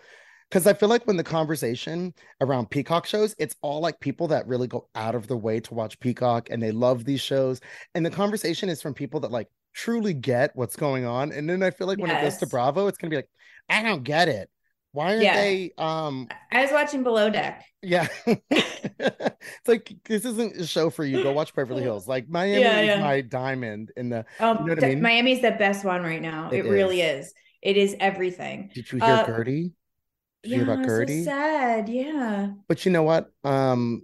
[SPEAKER 1] because I feel like when the conversation around Peacock shows, it's all like people that really go out of their way to watch Peacock and they love these shows. And the conversation is from people that like truly get what's going on. And then I feel like when it goes to
[SPEAKER 2] Yes.
[SPEAKER 1] Bravo, it's gonna be like, I don't get it. Why aren't
[SPEAKER 2] Yeah.
[SPEAKER 1] they um
[SPEAKER 2] I was watching Below Deck.
[SPEAKER 1] yeah. it's like this isn't a show for you. Go watch Beverly Hills. Like Miami
[SPEAKER 2] Yeah,
[SPEAKER 1] is
[SPEAKER 2] yeah.
[SPEAKER 1] my diamond in the
[SPEAKER 2] Um,
[SPEAKER 1] You know what I
[SPEAKER 2] th-
[SPEAKER 1] mean?
[SPEAKER 2] Miami's the best one right now.
[SPEAKER 1] It
[SPEAKER 2] It, really is. It is everything.
[SPEAKER 1] Did you hear
[SPEAKER 2] Uh,
[SPEAKER 1] Gertie? Did you
[SPEAKER 2] Yeah,
[SPEAKER 1] hear about Gertie?
[SPEAKER 2] so sad. Yeah.
[SPEAKER 1] But you know what? Um,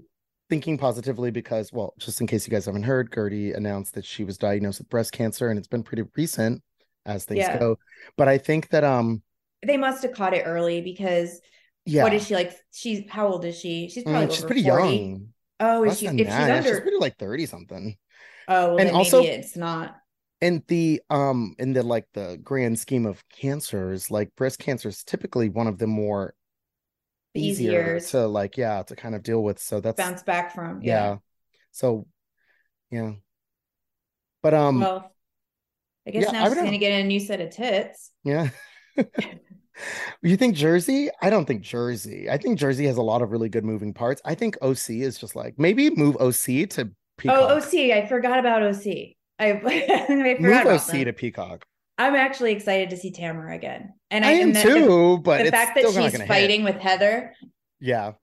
[SPEAKER 1] thinking positively because, well, just in case you guys haven't heard, Gertie announced that she was diagnosed with breast cancer, and it's been pretty recent as things
[SPEAKER 2] Yeah.
[SPEAKER 1] go. But I think that, um,
[SPEAKER 2] They must have caught it early because
[SPEAKER 1] yeah,
[SPEAKER 2] what is she like? She's how old is she? She's
[SPEAKER 1] Mm,
[SPEAKER 2] probably
[SPEAKER 1] she's
[SPEAKER 2] over
[SPEAKER 1] pretty
[SPEAKER 2] 40.
[SPEAKER 1] young.
[SPEAKER 2] Oh, is
[SPEAKER 1] Less
[SPEAKER 2] she?
[SPEAKER 1] than
[SPEAKER 2] If she's
[SPEAKER 1] that.
[SPEAKER 2] under,
[SPEAKER 1] she's pretty like thirty something.
[SPEAKER 2] oh, well,
[SPEAKER 1] and
[SPEAKER 2] then
[SPEAKER 1] also-
[SPEAKER 2] maybe it's not.
[SPEAKER 1] And the um, in the like the grand scheme of cancers, like breast cancer is typically one of the more easier
[SPEAKER 2] Easier to
[SPEAKER 1] to like, yeah, to kind of deal with. So that's
[SPEAKER 2] bounce back from.
[SPEAKER 1] yeah. So yeah. But um
[SPEAKER 2] Well, I guess
[SPEAKER 1] yeah, I
[SPEAKER 2] now she's
[SPEAKER 1] don't-
[SPEAKER 2] gonna get a new set of tits.
[SPEAKER 1] yeah. you think Jersey? I don't think Jersey. I think Jersey has a lot of really good moving parts. I think OC is just like maybe move OC to Peacock.
[SPEAKER 2] Oh, OC. I forgot about OC. I, I
[SPEAKER 1] move
[SPEAKER 2] forgot about
[SPEAKER 1] OC
[SPEAKER 2] them.
[SPEAKER 1] to Peacock.
[SPEAKER 2] I'm actually excited to see Tamara again. And
[SPEAKER 1] I, am
[SPEAKER 2] and the-
[SPEAKER 1] too,
[SPEAKER 2] The,
[SPEAKER 1] but
[SPEAKER 2] the
[SPEAKER 1] it's
[SPEAKER 2] fact that
[SPEAKER 1] still not
[SPEAKER 2] she's
[SPEAKER 1] gonna hit.
[SPEAKER 2] fighting with Heather
[SPEAKER 1] Yeah.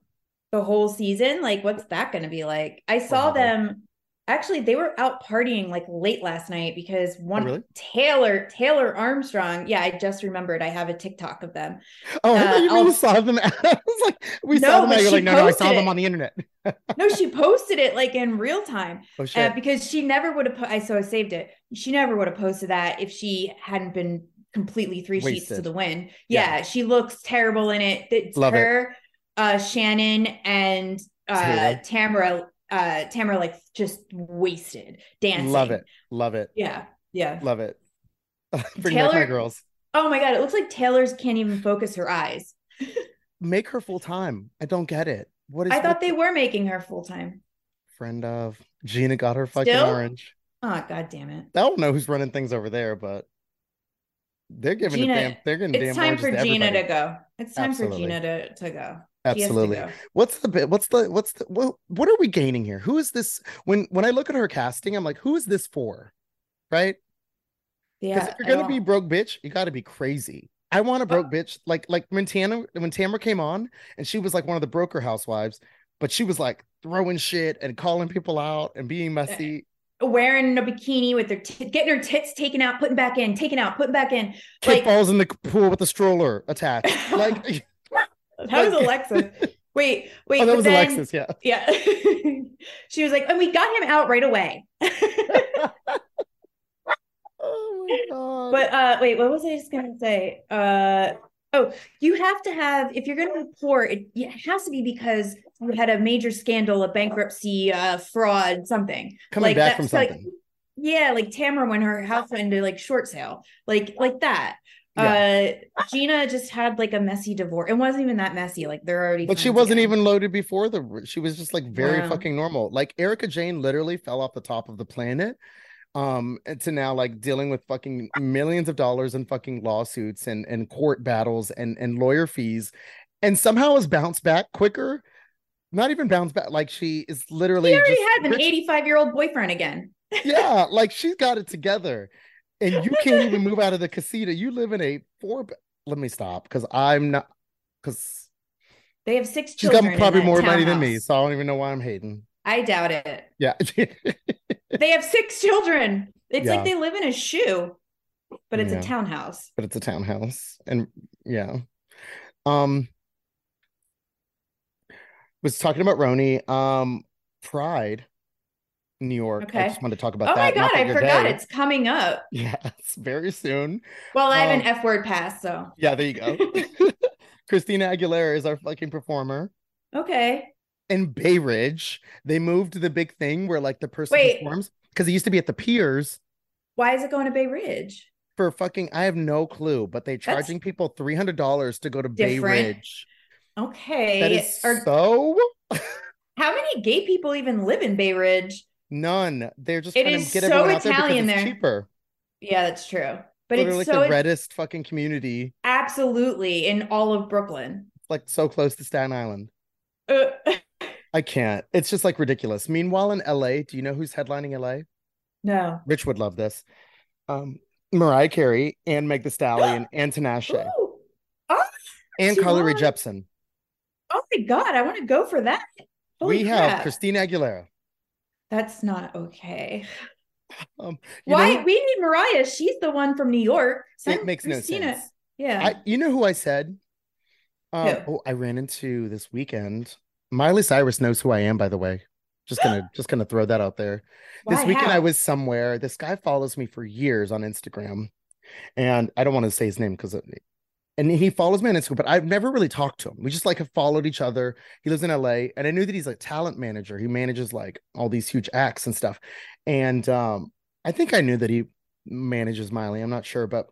[SPEAKER 2] the whole season, like what's that going to be like? I saw
[SPEAKER 1] Heather.
[SPEAKER 2] them actually they were out partying like late last night because one
[SPEAKER 1] Oh, really?
[SPEAKER 2] Taylor Taylor Armstrong, yeah, I just remembered I have a TikTok of them.
[SPEAKER 1] Oh, I
[SPEAKER 2] Uh,
[SPEAKER 1] thought you mean
[SPEAKER 2] I'll-
[SPEAKER 1] you saw them. I was like, we
[SPEAKER 2] No,
[SPEAKER 1] saw them.
[SPEAKER 2] but
[SPEAKER 1] and You're
[SPEAKER 2] she
[SPEAKER 1] like, no, no, I saw
[SPEAKER 2] posted
[SPEAKER 1] them
[SPEAKER 2] it.
[SPEAKER 1] on the internet.
[SPEAKER 2] No, she posted it like in real time
[SPEAKER 1] Oh
[SPEAKER 2] uh,
[SPEAKER 1] shit.
[SPEAKER 2] because she never would have po- I so I saved it. She never would have posted that if she hadn't been completely three sheets to
[SPEAKER 1] Wasted.
[SPEAKER 2] the wind.
[SPEAKER 1] Yeah.
[SPEAKER 2] Yeah, she looks terrible in it. It's
[SPEAKER 1] Love it.
[SPEAKER 2] her, uh Shannon and uh
[SPEAKER 1] Taylor.
[SPEAKER 2] Tamara uh Tamara like just wasted dancing.
[SPEAKER 1] Love it. Love it.
[SPEAKER 2] Yeah. Yeah.
[SPEAKER 1] Love it. Bring back my
[SPEAKER 2] Taylor-
[SPEAKER 1] girls.
[SPEAKER 2] Oh my god, it looks like Taylor's can't even focus her eyes.
[SPEAKER 1] make her full time. I don't get it. What is
[SPEAKER 2] I
[SPEAKER 1] with
[SPEAKER 2] thought they
[SPEAKER 1] the
[SPEAKER 2] were making her full time.
[SPEAKER 1] friend of Gina got her fucking
[SPEAKER 2] Still?
[SPEAKER 1] orange.
[SPEAKER 2] Oh god damn it.
[SPEAKER 1] I don't know who's running things over there, but they're giving
[SPEAKER 2] Gina-
[SPEAKER 1] a damn. They're giving damn
[SPEAKER 2] It's time
[SPEAKER 1] oranges
[SPEAKER 2] for
[SPEAKER 1] to
[SPEAKER 2] Gina to
[SPEAKER 1] everybody.
[SPEAKER 2] go. It's time
[SPEAKER 1] Absolutely.
[SPEAKER 2] for Gina to, to go. She has to
[SPEAKER 1] Absolutely.
[SPEAKER 2] go.
[SPEAKER 1] What's the bit? What's the what's the what? What are we gaining here? Who is this? When when I look at her casting, I'm like, who is this for? Right? Because
[SPEAKER 2] Yeah.
[SPEAKER 1] if you're
[SPEAKER 2] I
[SPEAKER 1] gonna be
[SPEAKER 2] don't-
[SPEAKER 1] broke bitch, you gotta be crazy. I want a broke bitch. Like like when Tana when Tamara came on and she was like one of the broker housewives, but she was like throwing shit and calling people out and
[SPEAKER 2] Eh,
[SPEAKER 1] being messy.
[SPEAKER 2] wearing a bikini with her t- getting her tits taken out, putting back in, taken out, putting back in.
[SPEAKER 1] Kid
[SPEAKER 2] Like-
[SPEAKER 1] falls in the pool with a stroller attached. Like
[SPEAKER 2] That was
[SPEAKER 1] Like-
[SPEAKER 2] Alexa. Wait, wait.
[SPEAKER 1] oh, that
[SPEAKER 2] but
[SPEAKER 1] was
[SPEAKER 2] then-
[SPEAKER 1] Alexis, yeah.
[SPEAKER 2] Yeah. she was like, and we got him out right away.
[SPEAKER 1] Oh my god.
[SPEAKER 2] But uh wait, what was I just gonna say? Uh oh, you have to have if you're gonna report, it, it has to be because you had a major scandal, a bankruptcy, uh fraud, something.
[SPEAKER 1] coming
[SPEAKER 2] like,
[SPEAKER 1] back from
[SPEAKER 2] that's like-
[SPEAKER 1] something.
[SPEAKER 2] Yeah, like Tamara when her house went into like short sale, like like that. Uh Gina just had like a messy divorce. It wasn't even that messy, like they're already
[SPEAKER 1] but she
[SPEAKER 2] friends
[SPEAKER 1] wasn't
[SPEAKER 2] again.
[SPEAKER 1] even loaded before the she was just like very
[SPEAKER 2] Wow.
[SPEAKER 1] fucking normal. Like Erica Jane literally fell off the top of the planet um to now like dealing with fucking millions of dollars in fucking lawsuits and and court battles and and lawyer fees and somehow has bounced back quicker not even bounced back like she is literally
[SPEAKER 2] She already
[SPEAKER 1] just
[SPEAKER 2] has an
[SPEAKER 1] rich-
[SPEAKER 2] 85 year old boyfriend again.
[SPEAKER 1] yeah like she's got it together and you can't even move out of the casita you live in a four be- let me stop because i'm not because
[SPEAKER 2] They have six
[SPEAKER 1] she's
[SPEAKER 2] children.
[SPEAKER 1] got
[SPEAKER 2] in
[SPEAKER 1] probably
[SPEAKER 2] that
[SPEAKER 1] more money than me
[SPEAKER 2] townhouse.
[SPEAKER 1] so i don't even know why i'm hating
[SPEAKER 2] I doubt it.
[SPEAKER 1] yeah
[SPEAKER 2] They have six children. It's
[SPEAKER 1] Yeah.
[SPEAKER 2] like they live in a shoe, but it's
[SPEAKER 1] Yeah.
[SPEAKER 2] a townhouse.
[SPEAKER 1] but it's a townhouse and yeah um was talking about roni um pride new york i
[SPEAKER 2] Okay.
[SPEAKER 1] just wanted to talk about
[SPEAKER 2] Oh my
[SPEAKER 1] that
[SPEAKER 2] god,
[SPEAKER 1] not that
[SPEAKER 2] I
[SPEAKER 1] you're
[SPEAKER 2] forgot
[SPEAKER 1] gay.
[SPEAKER 2] it's coming up.
[SPEAKER 1] yeah it's very soon
[SPEAKER 2] Well, I have an
[SPEAKER 1] Um,
[SPEAKER 2] F word pass, so
[SPEAKER 1] yeah there you go christina aguilera is our fucking performer
[SPEAKER 2] okay.
[SPEAKER 1] in bay ridge they moved the big thing where like the person
[SPEAKER 2] Wait.
[SPEAKER 1] performs because it used to be at the piers
[SPEAKER 2] Why is it going to Bay Ridge?
[SPEAKER 1] for fucking i have no clue but they
[SPEAKER 2] That's
[SPEAKER 1] charging people $300 to go to bay
[SPEAKER 2] different.
[SPEAKER 1] ridge
[SPEAKER 2] Okay.
[SPEAKER 1] that is
[SPEAKER 2] Or
[SPEAKER 1] so
[SPEAKER 2] how many gay people even live in Bay Ridge?
[SPEAKER 1] None. They're just
[SPEAKER 2] It
[SPEAKER 1] trying
[SPEAKER 2] is
[SPEAKER 1] to get
[SPEAKER 2] so
[SPEAKER 1] everyone out there because
[SPEAKER 2] Italian
[SPEAKER 1] it's
[SPEAKER 2] there.
[SPEAKER 1] cheaper.
[SPEAKER 2] Yeah, that's true. But
[SPEAKER 1] Literally
[SPEAKER 2] it's
[SPEAKER 1] like
[SPEAKER 2] so
[SPEAKER 1] the reddest fucking community.
[SPEAKER 2] absolutely in all of Brooklyn.
[SPEAKER 1] It's like so close to Staten Island.
[SPEAKER 2] Uh,
[SPEAKER 1] I can't. It's just like ridiculous. Meanwhile, in LA, do you know who's headlining LA?
[SPEAKER 2] no.
[SPEAKER 1] Rich would love this. Um, Mariah Carey and Meg Thee Stallion and Tinashe
[SPEAKER 2] Ooh.
[SPEAKER 1] and
[SPEAKER 2] she
[SPEAKER 1] Carly Rae
[SPEAKER 2] won.
[SPEAKER 1] Jepsen.
[SPEAKER 2] Oh my god, I want to go for that. Holy
[SPEAKER 1] we have
[SPEAKER 2] crap.
[SPEAKER 1] Christina Aguilera.
[SPEAKER 2] That's not okay.
[SPEAKER 1] Um, you
[SPEAKER 2] Why
[SPEAKER 1] know who-
[SPEAKER 2] we need Mariah? She's the one from New York. Send
[SPEAKER 1] makes no sense.
[SPEAKER 2] Yeah.
[SPEAKER 1] I, you know who I said? Um,
[SPEAKER 2] Who?
[SPEAKER 1] oh, I ran into this weekend. Miley Cyrus knows who I am, by the way. Just gonna just gonna throw that out there. this
[SPEAKER 2] Why?
[SPEAKER 1] weekend I
[SPEAKER 2] How?
[SPEAKER 1] was somewhere. This guy follows me for years on Instagram, and I don't want to say his name because, and he follows me on Instagram, but I've never really talked to him. We just like have followed each other. He lives in LA, and I knew that he's a talent manager. He manages like all these huge acts and stuff, and um, I think I knew that he manages Miley. I'm not sure, but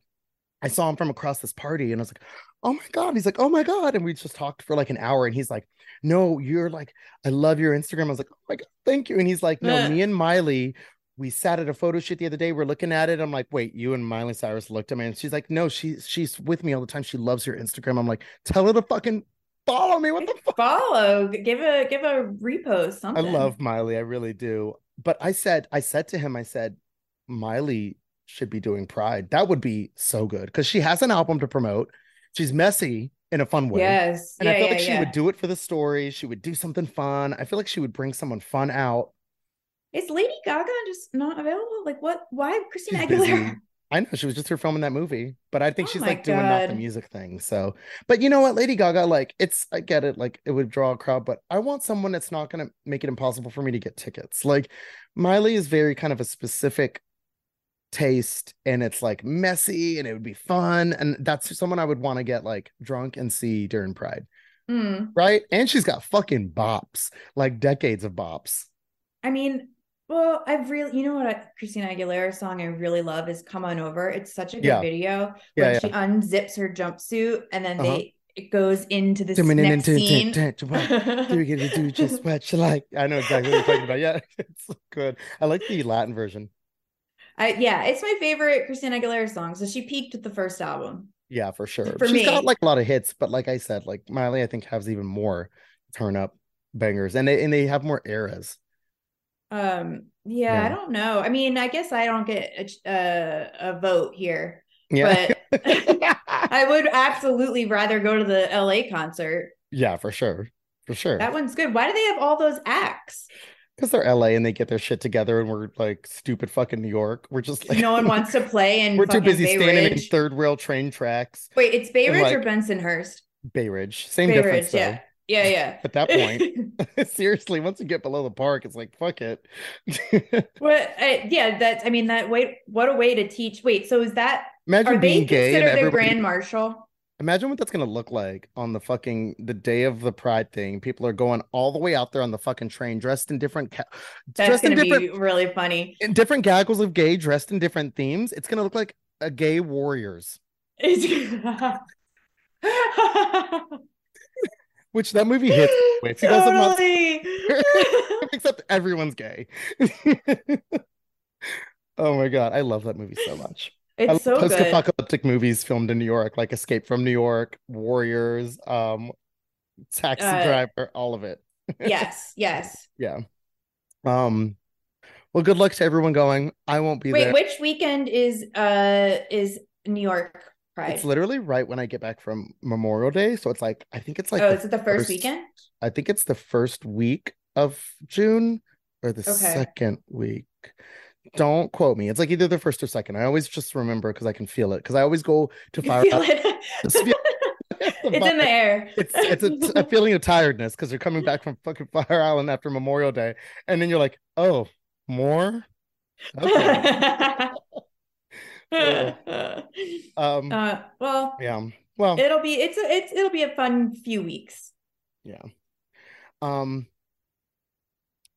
[SPEAKER 1] I saw him from across this party, and I was like. Oh my God. He's like, oh my God. And we just talked for like an hour. And he's like, no, you're like, I love your Instagram. I was like, oh my God, thank you. And he's like, no,
[SPEAKER 2] Ugh.
[SPEAKER 1] me and Miley we sat at a photo shoot the other day. We're looking at it. I'm like, wait, you and Miley Cyrus looked at me, and she's like, no, she she's with me all the time. She loves your Instagram. I'm like, tell her to fucking follow me. What the fuck?
[SPEAKER 2] follow give a give a repost
[SPEAKER 1] I
[SPEAKER 2] something
[SPEAKER 1] love Miley, I really do. But I said, I said to him, I said, Miley should be doing Pride. That would be so good because she has an album to promote. She's messy in a fun way.
[SPEAKER 2] yes
[SPEAKER 1] And
[SPEAKER 2] yeah,
[SPEAKER 1] I feel
[SPEAKER 2] yeah,
[SPEAKER 1] like she
[SPEAKER 2] yeah.
[SPEAKER 1] would do it for the story. She would do something fun. I feel like she would bring someone fun out.
[SPEAKER 2] is lady gaga just not available like what why christina
[SPEAKER 1] She's
[SPEAKER 2] aguilera
[SPEAKER 1] busy. I know she was just here filming that movie, but I think
[SPEAKER 2] Oh
[SPEAKER 1] she's
[SPEAKER 2] my
[SPEAKER 1] like doing not the
[SPEAKER 2] God.
[SPEAKER 1] music thing. So, but you know what, Lady Gaga, like it's I get it, like it would draw a crowd, but I want someone that's not gonna make it impossible for me to get tickets. Like Miley is very kind of a specific taste, and it's like messy, and it would be fun, and that's someone I would want to get like drunk and see during Pride,
[SPEAKER 2] Hmm.
[SPEAKER 1] right? And she's got fucking bops, like decades of bops.
[SPEAKER 2] i mean well i've really you know what I, christina aguilera song i really love is come on over it's such a good
[SPEAKER 1] Yeah.
[SPEAKER 2] video
[SPEAKER 1] Yeah,
[SPEAKER 2] when
[SPEAKER 1] yeah.
[SPEAKER 2] she unzips her jumpsuit and then
[SPEAKER 1] Uh-huh.
[SPEAKER 2] they it goes into this next scene
[SPEAKER 1] Do we get to do just what you like? I know exactly what you're talking about. Yeah, it's so good. I like the Latin version.
[SPEAKER 2] I, yeah it's my favorite christina aguilera song so she peaked with the first album
[SPEAKER 1] Yeah, for sure.
[SPEAKER 2] For
[SPEAKER 1] She's got
[SPEAKER 2] me.
[SPEAKER 1] like a lot of hits, but like I said, like Miley, I think has even more turn up bangers, and they, and they have more eras.
[SPEAKER 2] Um, yeah,
[SPEAKER 1] Yeah.
[SPEAKER 2] I don't know. I mean, I guess I don't get a ch- uh, a, a vote here,
[SPEAKER 1] Yeah,
[SPEAKER 2] but I would absolutely rather go to the LA concert.
[SPEAKER 1] yeah, for sure, for sure.
[SPEAKER 2] That one's good. Why do they have all those acts?
[SPEAKER 1] Because they're LA and they get their shit together, and we're like stupid fucking New York. We're just like
[SPEAKER 2] No one wants to play in
[SPEAKER 1] We're too
[SPEAKER 2] fucking
[SPEAKER 1] busy
[SPEAKER 2] Bay
[SPEAKER 1] standing in
[SPEAKER 2] Ridge.
[SPEAKER 1] third rail train tracks.
[SPEAKER 2] Wait, it's Bay
[SPEAKER 1] and,
[SPEAKER 2] Ridge or
[SPEAKER 1] like,
[SPEAKER 2] Bensonhurst?
[SPEAKER 1] Bay Ridge, same
[SPEAKER 2] Bay
[SPEAKER 1] difference
[SPEAKER 2] Ridge,
[SPEAKER 1] though.
[SPEAKER 2] yeah. Yeah, yeah.
[SPEAKER 1] At that point. Seriously, once you get below the park, it's like fuck it.
[SPEAKER 2] What? I, uh, yeah, that's. I mean, that. Wait, what a way to teach. Wait, so is that?
[SPEAKER 1] imagine
[SPEAKER 2] Are they
[SPEAKER 1] being gay and
[SPEAKER 2] considered the
[SPEAKER 1] everybody.
[SPEAKER 2] grand marshal?
[SPEAKER 1] imagine what that's gonna look like on the fucking the day of the pride thing. People are going all the way out there on the fucking train, dressed in different, ca-
[SPEAKER 2] That's
[SPEAKER 1] dressed in
[SPEAKER 2] gonna
[SPEAKER 1] different,
[SPEAKER 2] be really funny.
[SPEAKER 1] in different gaggles of gay, dressed in different themes. It's gonna look like a gay warriors.
[SPEAKER 2] It's-
[SPEAKER 1] Which that movie hits. Wait, if you guys have not
[SPEAKER 2] Totally.
[SPEAKER 1] except everyone's gay. Oh my god, I love that movie so much. I love
[SPEAKER 2] It's so good.
[SPEAKER 1] post-apocalyptic movies filmed in New York, like Escape from New York, Warriors, um, Taxi
[SPEAKER 2] Uh,
[SPEAKER 1] Driver, all of it.
[SPEAKER 2] Yes, yes.
[SPEAKER 1] Um, well, good luck to everyone going. I won't be
[SPEAKER 2] Wait,
[SPEAKER 1] there.
[SPEAKER 2] which weekend is uh is New York Pride?
[SPEAKER 1] It's literally right when I get back from Memorial Day, so it's like I think it's like
[SPEAKER 2] oh,
[SPEAKER 1] the-
[SPEAKER 2] is it the first
[SPEAKER 1] first-
[SPEAKER 2] weekend?
[SPEAKER 1] I think it's the first week of June or the
[SPEAKER 2] Okay.
[SPEAKER 1] second week. Don't quote me. It's like either the first or second. I always just remember because I can feel it because I always go to
[SPEAKER 2] You
[SPEAKER 1] fire.
[SPEAKER 2] feel it?
[SPEAKER 1] Just feel-
[SPEAKER 2] it's in the air.
[SPEAKER 1] it's it's a, t- a feeling of tiredness because you're coming back from fucking Fire Island after Memorial Day, and then you're like, oh, more. Okay. Um.
[SPEAKER 2] uh, well,
[SPEAKER 1] yeah. Well.
[SPEAKER 2] it'll be it's a, it's it'll be a fun few weeks.
[SPEAKER 1] Um.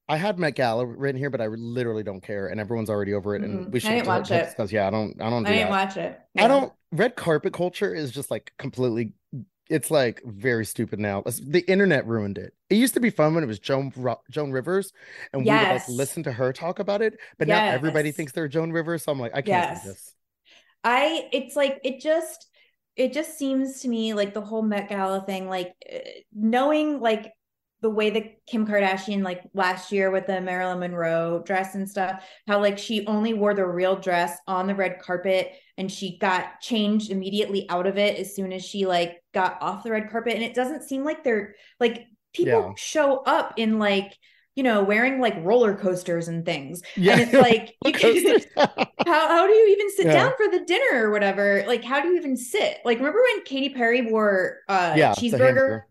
[SPEAKER 1] I had Met Gala written here, but I literally don't care, and everyone's already over it. And
[SPEAKER 2] Mhm.
[SPEAKER 1] we
[SPEAKER 2] I
[SPEAKER 1] should
[SPEAKER 2] didn't watch it.
[SPEAKER 1] because yeah, I don't, I don't do
[SPEAKER 2] I didn't
[SPEAKER 1] that.
[SPEAKER 2] watch it.
[SPEAKER 1] I don't. Red carpet culture is just like completely. It's like very stupid now. It's- The internet ruined it. It used to be fun when it was Joan Ro- Joan Rivers, and we would like
[SPEAKER 2] Yes.
[SPEAKER 1] listen to her talk about it. But now everybody
[SPEAKER 2] Yes.
[SPEAKER 1] thinks they're Joan Rivers, so I'm like, I can't
[SPEAKER 2] Yes.
[SPEAKER 1] do this.
[SPEAKER 2] I it's like it just it just seems to me like the whole Met Gala thing like eh, knowing like the way that Kim Kardashian like last year with the Marilyn Monroe dress and stuff how like she only wore the real dress on the red carpet and she got changed immediately out of it as soon as she like got off the red carpet and it doesn't seem like they're like people
[SPEAKER 1] Yeah.
[SPEAKER 2] show up in like you know wearing like roller coasters and things
[SPEAKER 1] Yeah.
[SPEAKER 2] and it's like you can Uh,
[SPEAKER 1] Coasters.
[SPEAKER 2] how how do you even sit
[SPEAKER 1] Yeah.
[SPEAKER 2] down for the dinner or whatever? Like, how do you even sit? Like, remember when Katy Perry wore uh
[SPEAKER 1] Yeah, it's a
[SPEAKER 2] cheeseburger?
[SPEAKER 1] hamburger.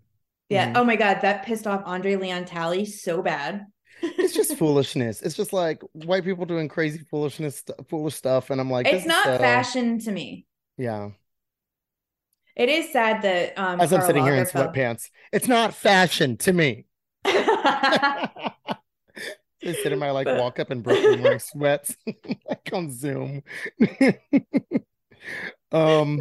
[SPEAKER 2] Yeah.
[SPEAKER 1] Mhm.
[SPEAKER 2] Oh my god, that pissed off Andre Leon Talley so bad. Oh.
[SPEAKER 1] it's just foolishness. It's just like white people doing crazy foolishness, st- foolish stuff, and I'm like, this
[SPEAKER 2] it's
[SPEAKER 1] is
[SPEAKER 2] not
[SPEAKER 1] so-
[SPEAKER 2] fashion to me.
[SPEAKER 1] Yeah.
[SPEAKER 2] It is sad that um
[SPEAKER 1] As I'm
[SPEAKER 2] Karl
[SPEAKER 1] sitting here in
[SPEAKER 2] Lagerfeld-
[SPEAKER 1] sweatpants, it's not fashion to me. They sit in my like
[SPEAKER 2] But-
[SPEAKER 1] walk up in Brooklyn wearing sweats like on Zoom. um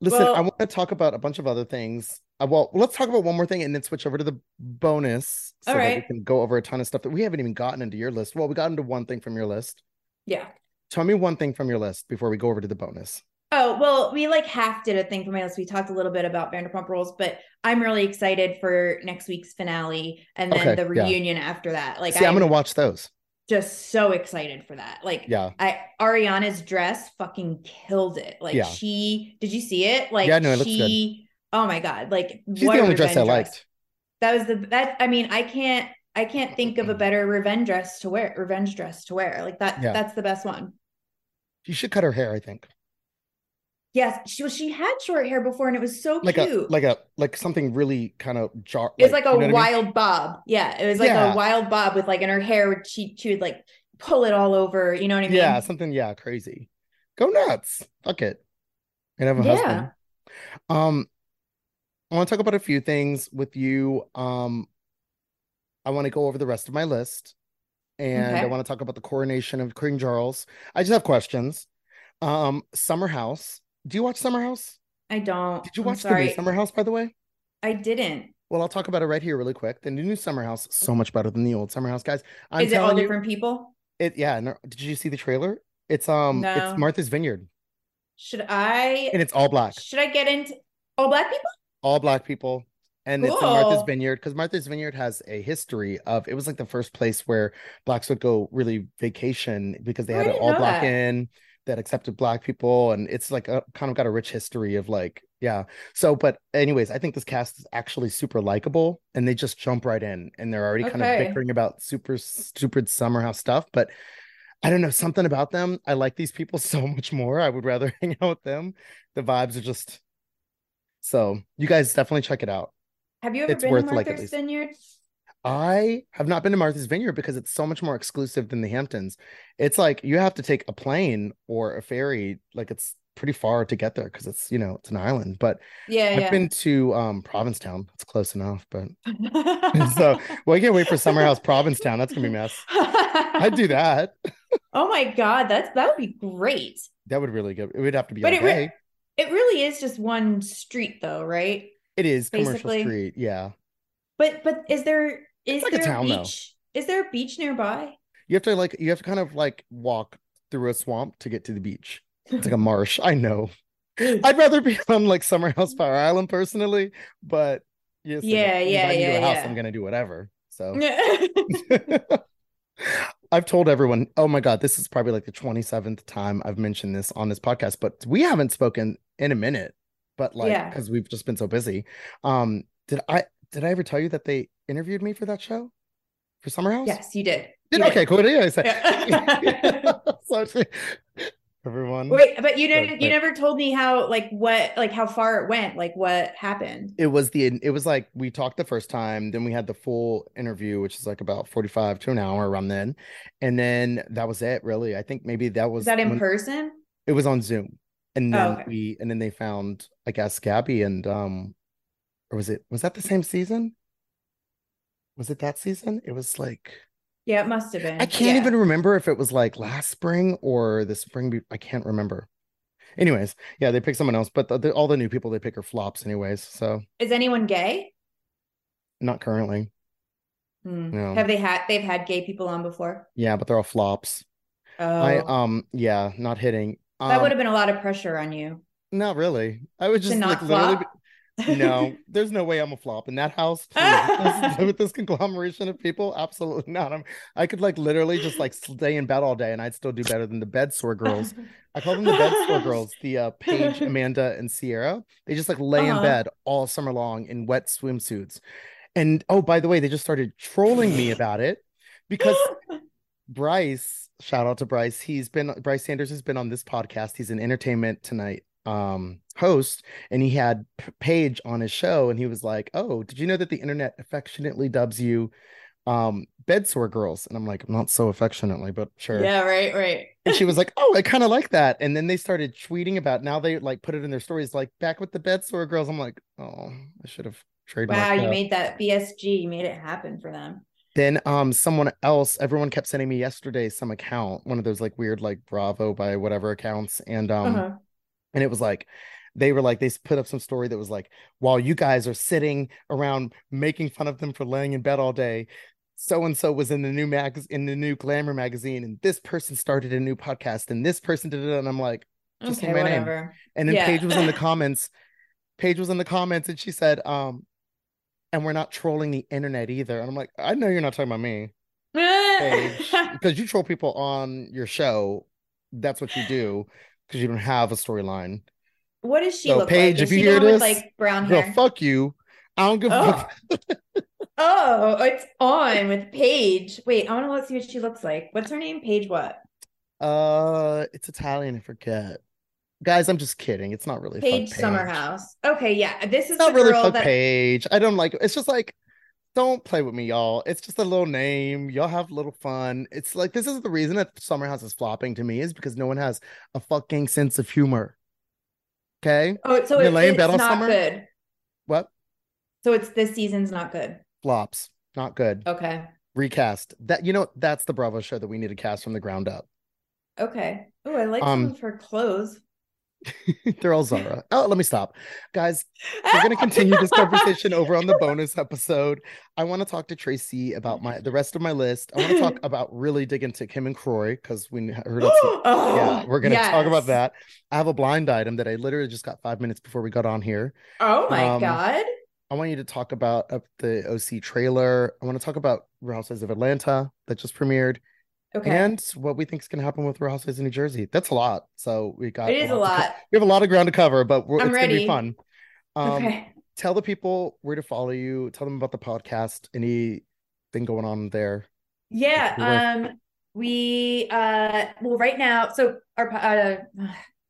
[SPEAKER 1] listen, I
[SPEAKER 2] Well-
[SPEAKER 1] want to talk about a bunch of other things. Uh, well, let's talk about one more thing and then switch over to the bonus so
[SPEAKER 2] All
[SPEAKER 1] that we
[SPEAKER 2] right.
[SPEAKER 1] can go over a ton of stuff that we haven't even gotten into your list. Well, we got into one thing from your list.
[SPEAKER 2] yeah.
[SPEAKER 1] Tell me one thing from your list before we go over to the bonus.
[SPEAKER 2] Oh, well, we like half did a thing for my list. We talked a little bit about Vanderpump Rules, but I'm really excited for next week's finale and then
[SPEAKER 1] Okay,
[SPEAKER 2] the
[SPEAKER 1] yeah.
[SPEAKER 2] reunion after that. Like
[SPEAKER 1] See, I'm gonna watch those.
[SPEAKER 2] just so excited for that. Like
[SPEAKER 1] Yeah.
[SPEAKER 2] I Ariana's dress fucking killed it. Like
[SPEAKER 1] Yeah.
[SPEAKER 2] she did you see it? Like
[SPEAKER 1] Yeah, no, it looks good.
[SPEAKER 2] she oh my god, like
[SPEAKER 1] She's
[SPEAKER 2] what
[SPEAKER 1] the
[SPEAKER 2] a
[SPEAKER 1] only dress I
[SPEAKER 2] revenge
[SPEAKER 1] liked.
[SPEAKER 2] That was the that I mean, I can't I can't think of a better revenge dress to wear, revenge dress to wear. Like that
[SPEAKER 1] Yeah.
[SPEAKER 2] that's the best one.
[SPEAKER 1] She should cut her hair, I think.
[SPEAKER 2] Yes, she well, she had short hair before and it was so
[SPEAKER 1] Like a
[SPEAKER 2] cute.
[SPEAKER 1] like a like something really kind of jar.
[SPEAKER 2] it was like a
[SPEAKER 1] you know what I mean?
[SPEAKER 2] wild bob. Yeah, it was like
[SPEAKER 1] Yeah.
[SPEAKER 2] a wild bob with like in her hair would she she would like pull it all over, you know what I mean?
[SPEAKER 1] Yeah, something, yeah, crazy. Go nuts. Fuck it. And have a
[SPEAKER 2] Yeah.
[SPEAKER 1] husband. Um, I want to talk about a few things with you. Um, I want to go over the rest of my list and I
[SPEAKER 2] Okay.
[SPEAKER 1] want to talk about the coronation of King Charles. I just have questions. Um, Summer House. Do you watch Summer House?
[SPEAKER 2] I don't.
[SPEAKER 1] Did you
[SPEAKER 2] I'm
[SPEAKER 1] watch the new
[SPEAKER 2] sorry.
[SPEAKER 1] Summer House, by the way?
[SPEAKER 2] I didn't.
[SPEAKER 1] Well, I'll talk about it right here really quick. The new Summer House, so much better than the old Summer House, guys. I'm
[SPEAKER 2] Is it all
[SPEAKER 1] telling you,
[SPEAKER 2] different people?
[SPEAKER 1] it yeah, no, did you see the trailer? It's um
[SPEAKER 2] No.
[SPEAKER 1] it's Martha's Vineyard.
[SPEAKER 2] Should I
[SPEAKER 1] and it's all black,
[SPEAKER 2] should I get into all black people?
[SPEAKER 1] all black people. And it's in Martha's
[SPEAKER 2] Cool.
[SPEAKER 1] Vineyard because Martha's Vineyard has a history of it was like the first place where blacks would go really vacation because they
[SPEAKER 2] Oh, I
[SPEAKER 1] had an
[SPEAKER 2] didn't
[SPEAKER 1] all
[SPEAKER 2] know
[SPEAKER 1] black
[SPEAKER 2] that.
[SPEAKER 1] inn that accepted black people. And it's like a, kind of got a rich history of like, yeah. So, but anyways, I think this cast is actually super likable and they just jump right in and they're already kind of
[SPEAKER 2] Okay.
[SPEAKER 1] bickering about super stupid summer house stuff. But I don't know, something about them. I like these people so much more. I would rather hang out with them. The vibes are just so you guys definitely check it out.
[SPEAKER 2] Have you ever
[SPEAKER 1] It's
[SPEAKER 2] been
[SPEAKER 1] worth
[SPEAKER 2] to
[SPEAKER 1] a look at least.
[SPEAKER 2] Martha's Vineyard?
[SPEAKER 1] I have not been to Martha's Vineyard because it's so much more exclusive than the Hamptons. It's like you have to take a plane or a ferry, like it's pretty far to get there because it's you know it's an island. But
[SPEAKER 2] Yeah,
[SPEAKER 1] I've
[SPEAKER 2] yeah.
[SPEAKER 1] been to um Provincetown. It's close enough, but so well, I can't wait for Summer House Provincetown. That's gonna be a mess. I'd do that.
[SPEAKER 2] Oh my god, that's that would be great.
[SPEAKER 1] That would really good. It would have to be
[SPEAKER 2] But
[SPEAKER 1] all
[SPEAKER 2] it re-
[SPEAKER 1] day.
[SPEAKER 2] It really is just one street though, right?
[SPEAKER 1] It is commercial
[SPEAKER 2] basically-
[SPEAKER 1] street. Yeah.
[SPEAKER 2] But but is there is
[SPEAKER 1] like a
[SPEAKER 2] there
[SPEAKER 1] town, though.
[SPEAKER 2] beach? Is there a beach nearby?
[SPEAKER 1] You have to like you have to kind of like walk through a swamp to get to the beach. It's like a marsh. I know. I'd rather be on like Summer House Fire Island personally, but yes,
[SPEAKER 2] Yeah,
[SPEAKER 1] if
[SPEAKER 2] yeah,
[SPEAKER 1] I can do
[SPEAKER 2] yeah,
[SPEAKER 1] a house,
[SPEAKER 2] yeah.
[SPEAKER 1] I'm gonna do whatever. So I've told everyone, oh my God, this is probably like the 27th time I've mentioned this on this podcast, but we haven't spoken in a minute, but like,
[SPEAKER 2] Yeah.
[SPEAKER 1] because we've just been so busy. Um, did I, did I ever tell you that they interviewed me for that show for Summer House?
[SPEAKER 2] yes, you did.
[SPEAKER 1] Did,
[SPEAKER 2] You
[SPEAKER 1] okay, cool. Yeah, I said,
[SPEAKER 2] Yeah.
[SPEAKER 1] So she- everyone,
[SPEAKER 2] Wait, but you didn't.
[SPEAKER 1] But-
[SPEAKER 2] you
[SPEAKER 1] but-
[SPEAKER 2] never told me how, like, what, like, how far it went, like, what happened.
[SPEAKER 1] it was the, it was like, we talked the first time, then we had the full interview, which is like about 45 to an hour around then. And then that was it really. I think maybe that was
[SPEAKER 2] Was that in
[SPEAKER 1] when-
[SPEAKER 2] person?
[SPEAKER 1] it was on Zoom. And
[SPEAKER 2] Oh,
[SPEAKER 1] then
[SPEAKER 2] okay.
[SPEAKER 1] we and then they found, I guess, Gabby and um or was it was that the same season? Was it that season? It was like
[SPEAKER 2] Yeah, it must have been.
[SPEAKER 1] I can't
[SPEAKER 2] Yeah.
[SPEAKER 1] even remember if it was like last spring or the spring be- I can't remember. Anyways, yeah, they picked someone else, but the, the, all the new people they pick are flops anyways, so
[SPEAKER 2] Is anyone gay?
[SPEAKER 1] not currently.
[SPEAKER 2] Hmm.
[SPEAKER 1] No.
[SPEAKER 2] Have they had? They've had gay people on before.
[SPEAKER 1] Yeah, but they're all flops.
[SPEAKER 2] Oh,
[SPEAKER 1] I um yeah, not hitting.
[SPEAKER 2] that
[SPEAKER 1] Um,
[SPEAKER 2] would have been a lot of pressure on you
[SPEAKER 1] not really. I was
[SPEAKER 2] to
[SPEAKER 1] just
[SPEAKER 2] not
[SPEAKER 1] like literally be-
[SPEAKER 2] flop.
[SPEAKER 1] No, there's no way I'm a flop in that house. Please. This- with this conglomeration of people, absolutely not. I'm, I could like literally just like stay in bed all day and I'd still do better than the bed sore girls. I call them the bed sore girls, the uh, Paige, Amanda, and Sierra. They just like lay
[SPEAKER 2] Uh-huh.
[SPEAKER 1] in bed all summer long in wet swimsuits. And oh, by the way, they just started trolling me about it because Bryce, shout out to Bryce. He's been Bryce Sanders has been on this podcast. He's an entertainment tonight um host and he had P- Paige on his show and he was like, "Oh, did you know that the internet affectionately dubs you um bedsore girls?" And I'm like, "Not so affectionately, but sure."
[SPEAKER 2] Yeah, right, right.
[SPEAKER 1] And she was like, "Oh, I kind of like that." And then they started tweeting about now they like put it in their stories like back with the bedsore girls. I'm like, "Oh, I should have trademarked
[SPEAKER 2] Wow, you
[SPEAKER 1] that."
[SPEAKER 2] made that BSG. You made it happen for them.
[SPEAKER 1] Then um someone else, everyone kept sending me yesterday some account, one of those like weird like Bravo by whatever accounts, and um
[SPEAKER 2] Uh-huh.
[SPEAKER 1] and it was like they were like they s- put up some story that was like while you guys are sitting around making fun of them for laying in bed all day, so and so was in the new mag in the new Glamour magazine, and this person started a new podcast, and this person did it, and I'm like, just say
[SPEAKER 2] okay,
[SPEAKER 1] my name.
[SPEAKER 2] whatever.
[SPEAKER 1] and then
[SPEAKER 2] Yeah.
[SPEAKER 1] Paige was in the comments. Paige was in the comments and she said, um, and we're not trolling the internet either. And I'm like, I know you're not talking about me page because you troll people on your show. That's what you do because you don't have a storyline.
[SPEAKER 2] what does she
[SPEAKER 1] So,
[SPEAKER 2] look
[SPEAKER 1] Paige,
[SPEAKER 2] like?
[SPEAKER 1] if
[SPEAKER 2] Is
[SPEAKER 1] you
[SPEAKER 2] she
[SPEAKER 1] hear
[SPEAKER 2] the one with
[SPEAKER 1] this,
[SPEAKER 2] like brown
[SPEAKER 1] Girl,
[SPEAKER 2] hair?
[SPEAKER 1] fuck you. I don't give a
[SPEAKER 2] Oh.
[SPEAKER 1] fuck.
[SPEAKER 2] Oh, it's on with Paige. Wait, I want to let's see what she looks like. What's her name? Paige what?
[SPEAKER 1] Uh, it's Italian. I forget. Guys, I'm just kidding. It's not really
[SPEAKER 2] Paige
[SPEAKER 1] fuck
[SPEAKER 2] Summerhouse. Okay, yeah. This is
[SPEAKER 1] It's not
[SPEAKER 2] the
[SPEAKER 1] really
[SPEAKER 2] girl
[SPEAKER 1] fuck
[SPEAKER 2] that
[SPEAKER 1] Paige. I don't like. It's just like, don't play with me, y'all. It's just a little name. Y'all have a little fun. It's like this is the reason that Summer House is flopping to me is because no one has a fucking sense of humor. Okay,
[SPEAKER 2] Oh, so
[SPEAKER 1] You're
[SPEAKER 2] it,
[SPEAKER 1] laying
[SPEAKER 2] it's
[SPEAKER 1] bed all
[SPEAKER 2] not
[SPEAKER 1] summer?
[SPEAKER 2] good.
[SPEAKER 1] what
[SPEAKER 2] So it's this season's not good.
[SPEAKER 1] flops? Not good.
[SPEAKER 2] Okay.
[SPEAKER 1] recast that you know that's the bravo show that we need to cast from the ground up
[SPEAKER 2] Okay. Oh, I like
[SPEAKER 1] Um,
[SPEAKER 2] some of her clothes.
[SPEAKER 1] they're all zara oh let me stop guys we're going to continue this conversation over on the bonus episode i want to talk to tracy about my the rest of my list i want to talk about really dig into kim and croy because we heard it's
[SPEAKER 2] Oh,
[SPEAKER 1] yeah we're going to talk
[SPEAKER 2] yes.
[SPEAKER 1] about that i have a blind item that i literally just got five minutes before we got on here
[SPEAKER 2] Oh my
[SPEAKER 1] Um,
[SPEAKER 2] God.
[SPEAKER 1] i want you to talk about up the oc trailer i want to talk about real housewives of atlanta that just premiered
[SPEAKER 2] Okay.
[SPEAKER 1] and what we think is going to happen with Real Housewives of New Jersey. That's a lot. So we got
[SPEAKER 2] it is a
[SPEAKER 1] to co-
[SPEAKER 2] lot.
[SPEAKER 1] we have a lot of ground to cover, but we're,
[SPEAKER 2] I'm
[SPEAKER 1] it's going to
[SPEAKER 2] ready.
[SPEAKER 1] be fun. Um,
[SPEAKER 2] okay.
[SPEAKER 1] Tell the people where to follow you. Tell them about the podcast. Anything going on there?
[SPEAKER 2] Yeah.
[SPEAKER 1] That's
[SPEAKER 2] Um, we, uh, well, right now, so our, po- uh,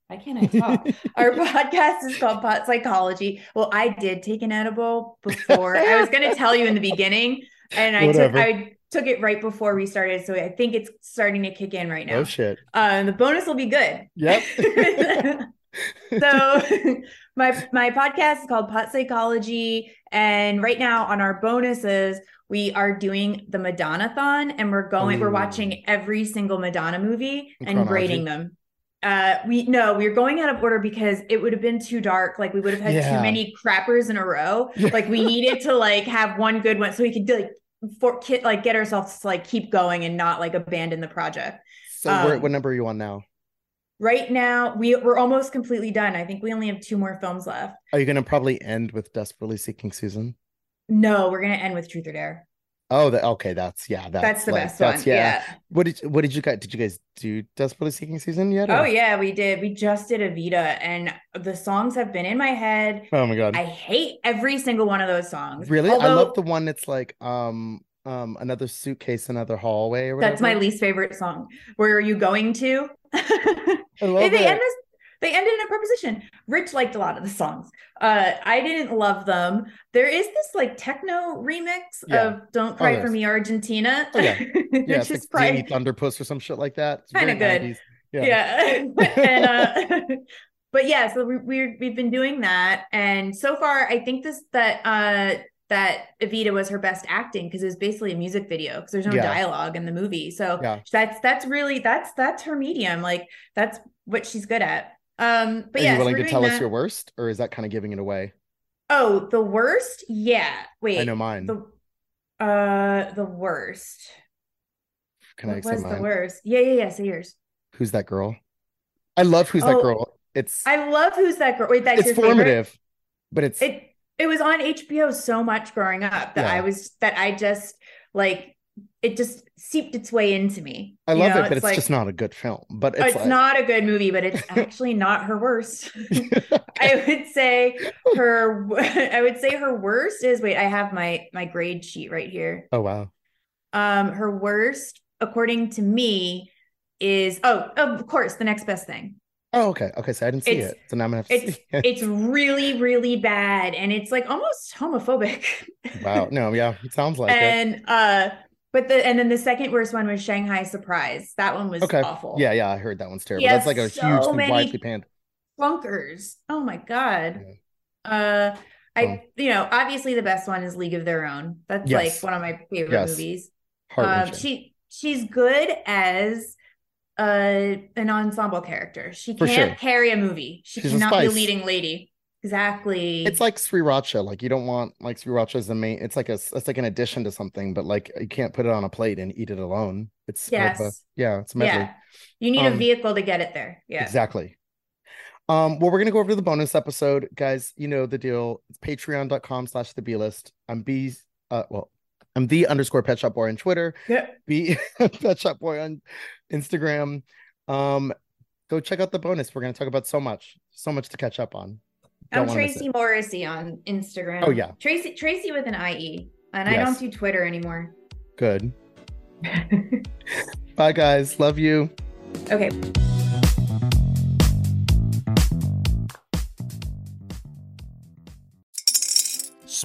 [SPEAKER 2] why can't I talk? our podcast is called Pot Psychology. Well, I did take an edible before. I was going to tell you in the beginning, and I took,
[SPEAKER 1] Whatever.
[SPEAKER 2] I took it right before we started. So I think it's starting to kick in right now.
[SPEAKER 1] Oh shit!
[SPEAKER 2] Um, the bonus will be good.
[SPEAKER 1] Yep.
[SPEAKER 2] so my my podcast is called Pot Psychology, and right now on our bonuses, we are doing the Madonna thon, and we're going, we're
[SPEAKER 1] Ooh.
[SPEAKER 2] watching every single Madonna movie
[SPEAKER 1] In
[SPEAKER 2] and grading them. Uh, we no, we were going out of order because it would have been too dark. Like we would have had
[SPEAKER 1] Yeah.
[SPEAKER 2] too many crappers in a row.
[SPEAKER 1] Yeah.
[SPEAKER 2] Like we needed to like have one good one so we could like for kid like get herself to like keep going and not like abandon the project.
[SPEAKER 1] So we're,
[SPEAKER 2] Um,
[SPEAKER 1] what number are you on now?
[SPEAKER 2] Right now, we we're almost completely done. I think we only have two more films left.
[SPEAKER 1] Are you going to probably end with Desperately Seeking Susan?
[SPEAKER 2] No, we're gonna end with Truth or Dare.
[SPEAKER 1] Oh, the, okay. That's yeah. That's,
[SPEAKER 2] That's the
[SPEAKER 1] like-
[SPEAKER 2] best
[SPEAKER 1] that's-
[SPEAKER 2] one. Yeah.
[SPEAKER 1] What did what did you guys did you guys do Desperately Seeking Susan yet?
[SPEAKER 2] Oh
[SPEAKER 1] or-
[SPEAKER 2] yeah, we did. We just did Evita, and the songs have been in my head.
[SPEAKER 1] Oh my god.
[SPEAKER 2] I hate every single one of those songs.
[SPEAKER 1] really? I
[SPEAKER 2] Although,
[SPEAKER 1] love the one that's like um um another suitcase, another hallway or whatever.
[SPEAKER 2] That's my least favorite song. Where are you going to?
[SPEAKER 1] I
[SPEAKER 2] They-
[SPEAKER 1] love
[SPEAKER 2] they
[SPEAKER 1] it.
[SPEAKER 2] end this they ended in a preposition rich liked a lot of the songs uh i didn't love them there is this like techno remix
[SPEAKER 1] Yeah. Oh,
[SPEAKER 2] of don't cry
[SPEAKER 1] yes.
[SPEAKER 2] for me argentina
[SPEAKER 1] Oh, yeah. yeah,
[SPEAKER 2] which
[SPEAKER 1] it's
[SPEAKER 2] is
[SPEAKER 1] like Danny
[SPEAKER 2] probably
[SPEAKER 1] Thunderpuss or some shit like that. It's
[SPEAKER 2] Kinda
[SPEAKER 1] very
[SPEAKER 2] good.
[SPEAKER 1] 90s.
[SPEAKER 2] yeah, and uh but yeah so we, we we've been doing that and so far i think this that uh that Evita was her best acting because it was basically a music video because there's no
[SPEAKER 1] Yeah.
[SPEAKER 2] dialogue in the movie. So
[SPEAKER 1] Yeah.
[SPEAKER 2] that's that's really that's that's her medium. Like that's what she's good at. Um, but
[SPEAKER 1] Are
[SPEAKER 2] yeah,
[SPEAKER 1] you
[SPEAKER 2] so
[SPEAKER 1] willing
[SPEAKER 2] we're
[SPEAKER 1] to
[SPEAKER 2] doing
[SPEAKER 1] tell
[SPEAKER 2] that.
[SPEAKER 1] us your worst, or is that kind of giving it away?
[SPEAKER 2] Oh, the worst? Yeah. Wait.
[SPEAKER 1] I know mine.
[SPEAKER 2] The uh the worst.
[SPEAKER 1] Can I
[SPEAKER 2] What
[SPEAKER 1] say
[SPEAKER 2] was the
[SPEAKER 1] mine?
[SPEAKER 2] worst? Yeah, yeah, yeah. Say yours.
[SPEAKER 1] Who's that girl? I love Who's that
[SPEAKER 2] Oh,
[SPEAKER 1] girl. It's
[SPEAKER 2] I love Who's That Girl? Wait, that's
[SPEAKER 1] it's
[SPEAKER 2] your favorite?
[SPEAKER 1] formative, but it's
[SPEAKER 2] It it was on HBO so much growing up that
[SPEAKER 1] Yeah.
[SPEAKER 2] I was that I just like it just seeped its way into me.
[SPEAKER 1] I
[SPEAKER 2] You
[SPEAKER 1] love
[SPEAKER 2] know,
[SPEAKER 1] it, but it's
[SPEAKER 2] like Oh,
[SPEAKER 1] just not a good film. But it's,
[SPEAKER 2] it's
[SPEAKER 1] like,
[SPEAKER 2] not a good movie, but it's actually not her worst. I would say her I would say her worst is wait, I have my my grade sheet right here.
[SPEAKER 1] oh wow.
[SPEAKER 2] Um, her worst, according to me, is oh, of course, the next best thing.
[SPEAKER 1] Oh okay. Okay, so I didn't see
[SPEAKER 2] It's-
[SPEAKER 1] it. So now I'm gonna have to
[SPEAKER 2] It's
[SPEAKER 1] see it.
[SPEAKER 2] it's really really bad, and it's like almost homophobic.
[SPEAKER 1] Wow. No, yeah, it sounds like it.
[SPEAKER 2] and uh, but the and then the second worst one was Shanghai Surprise. That one was
[SPEAKER 1] Okay.
[SPEAKER 2] awful.
[SPEAKER 1] Yeah, yeah, I heard that one's terrible.
[SPEAKER 2] Yeah,
[SPEAKER 1] That's like a
[SPEAKER 2] so
[SPEAKER 1] huge thing
[SPEAKER 2] many-
[SPEAKER 1] widely panned.
[SPEAKER 2] clunkers. Oh my god. Uh, I
[SPEAKER 1] Well.
[SPEAKER 2] you know obviously the best one is League of Their Own. That's
[SPEAKER 1] Yes.
[SPEAKER 2] like one of my favorite
[SPEAKER 1] Yes.
[SPEAKER 2] movies.
[SPEAKER 1] Heart
[SPEAKER 2] Um, she she's good as uh, an ensemble character. She
[SPEAKER 1] For
[SPEAKER 2] can't
[SPEAKER 1] sure.
[SPEAKER 2] carry a movie. She
[SPEAKER 1] She's a
[SPEAKER 2] cannot be a
[SPEAKER 1] spice.
[SPEAKER 2] leading lady. Exactly.
[SPEAKER 1] It's like sriracha. Like you don't want like sriracha is the main. It's like a it's like an addition to something, but like you can't put it on a plate and eat it alone. It's kind of a-
[SPEAKER 2] Yes.
[SPEAKER 1] yeah, it's a medley.
[SPEAKER 2] yeah. You need a
[SPEAKER 1] Um,
[SPEAKER 2] vehicle to get it there. Yeah.
[SPEAKER 1] Exactly. Um, well, we're gonna go over to the bonus episode, guys. You know the deal. It's patreon.com slash the B list. I'm B uh well, I'm the underscore pet shop boy on Twitter,
[SPEAKER 2] Yeah.
[SPEAKER 1] B pet shop boy on Instagram. Um, go check out the bonus. We're gonna talk about so much, so much to catch up on. Don't
[SPEAKER 2] I'm
[SPEAKER 1] wanna miss it.
[SPEAKER 2] Tracy Morrissey on Instagram.
[SPEAKER 1] Oh, yeah.
[SPEAKER 2] Tracy Tracy with an IE. And I
[SPEAKER 1] Yes.
[SPEAKER 2] don't do Twitter anymore.
[SPEAKER 1] Good. Bye guys. Love you.
[SPEAKER 2] Okay.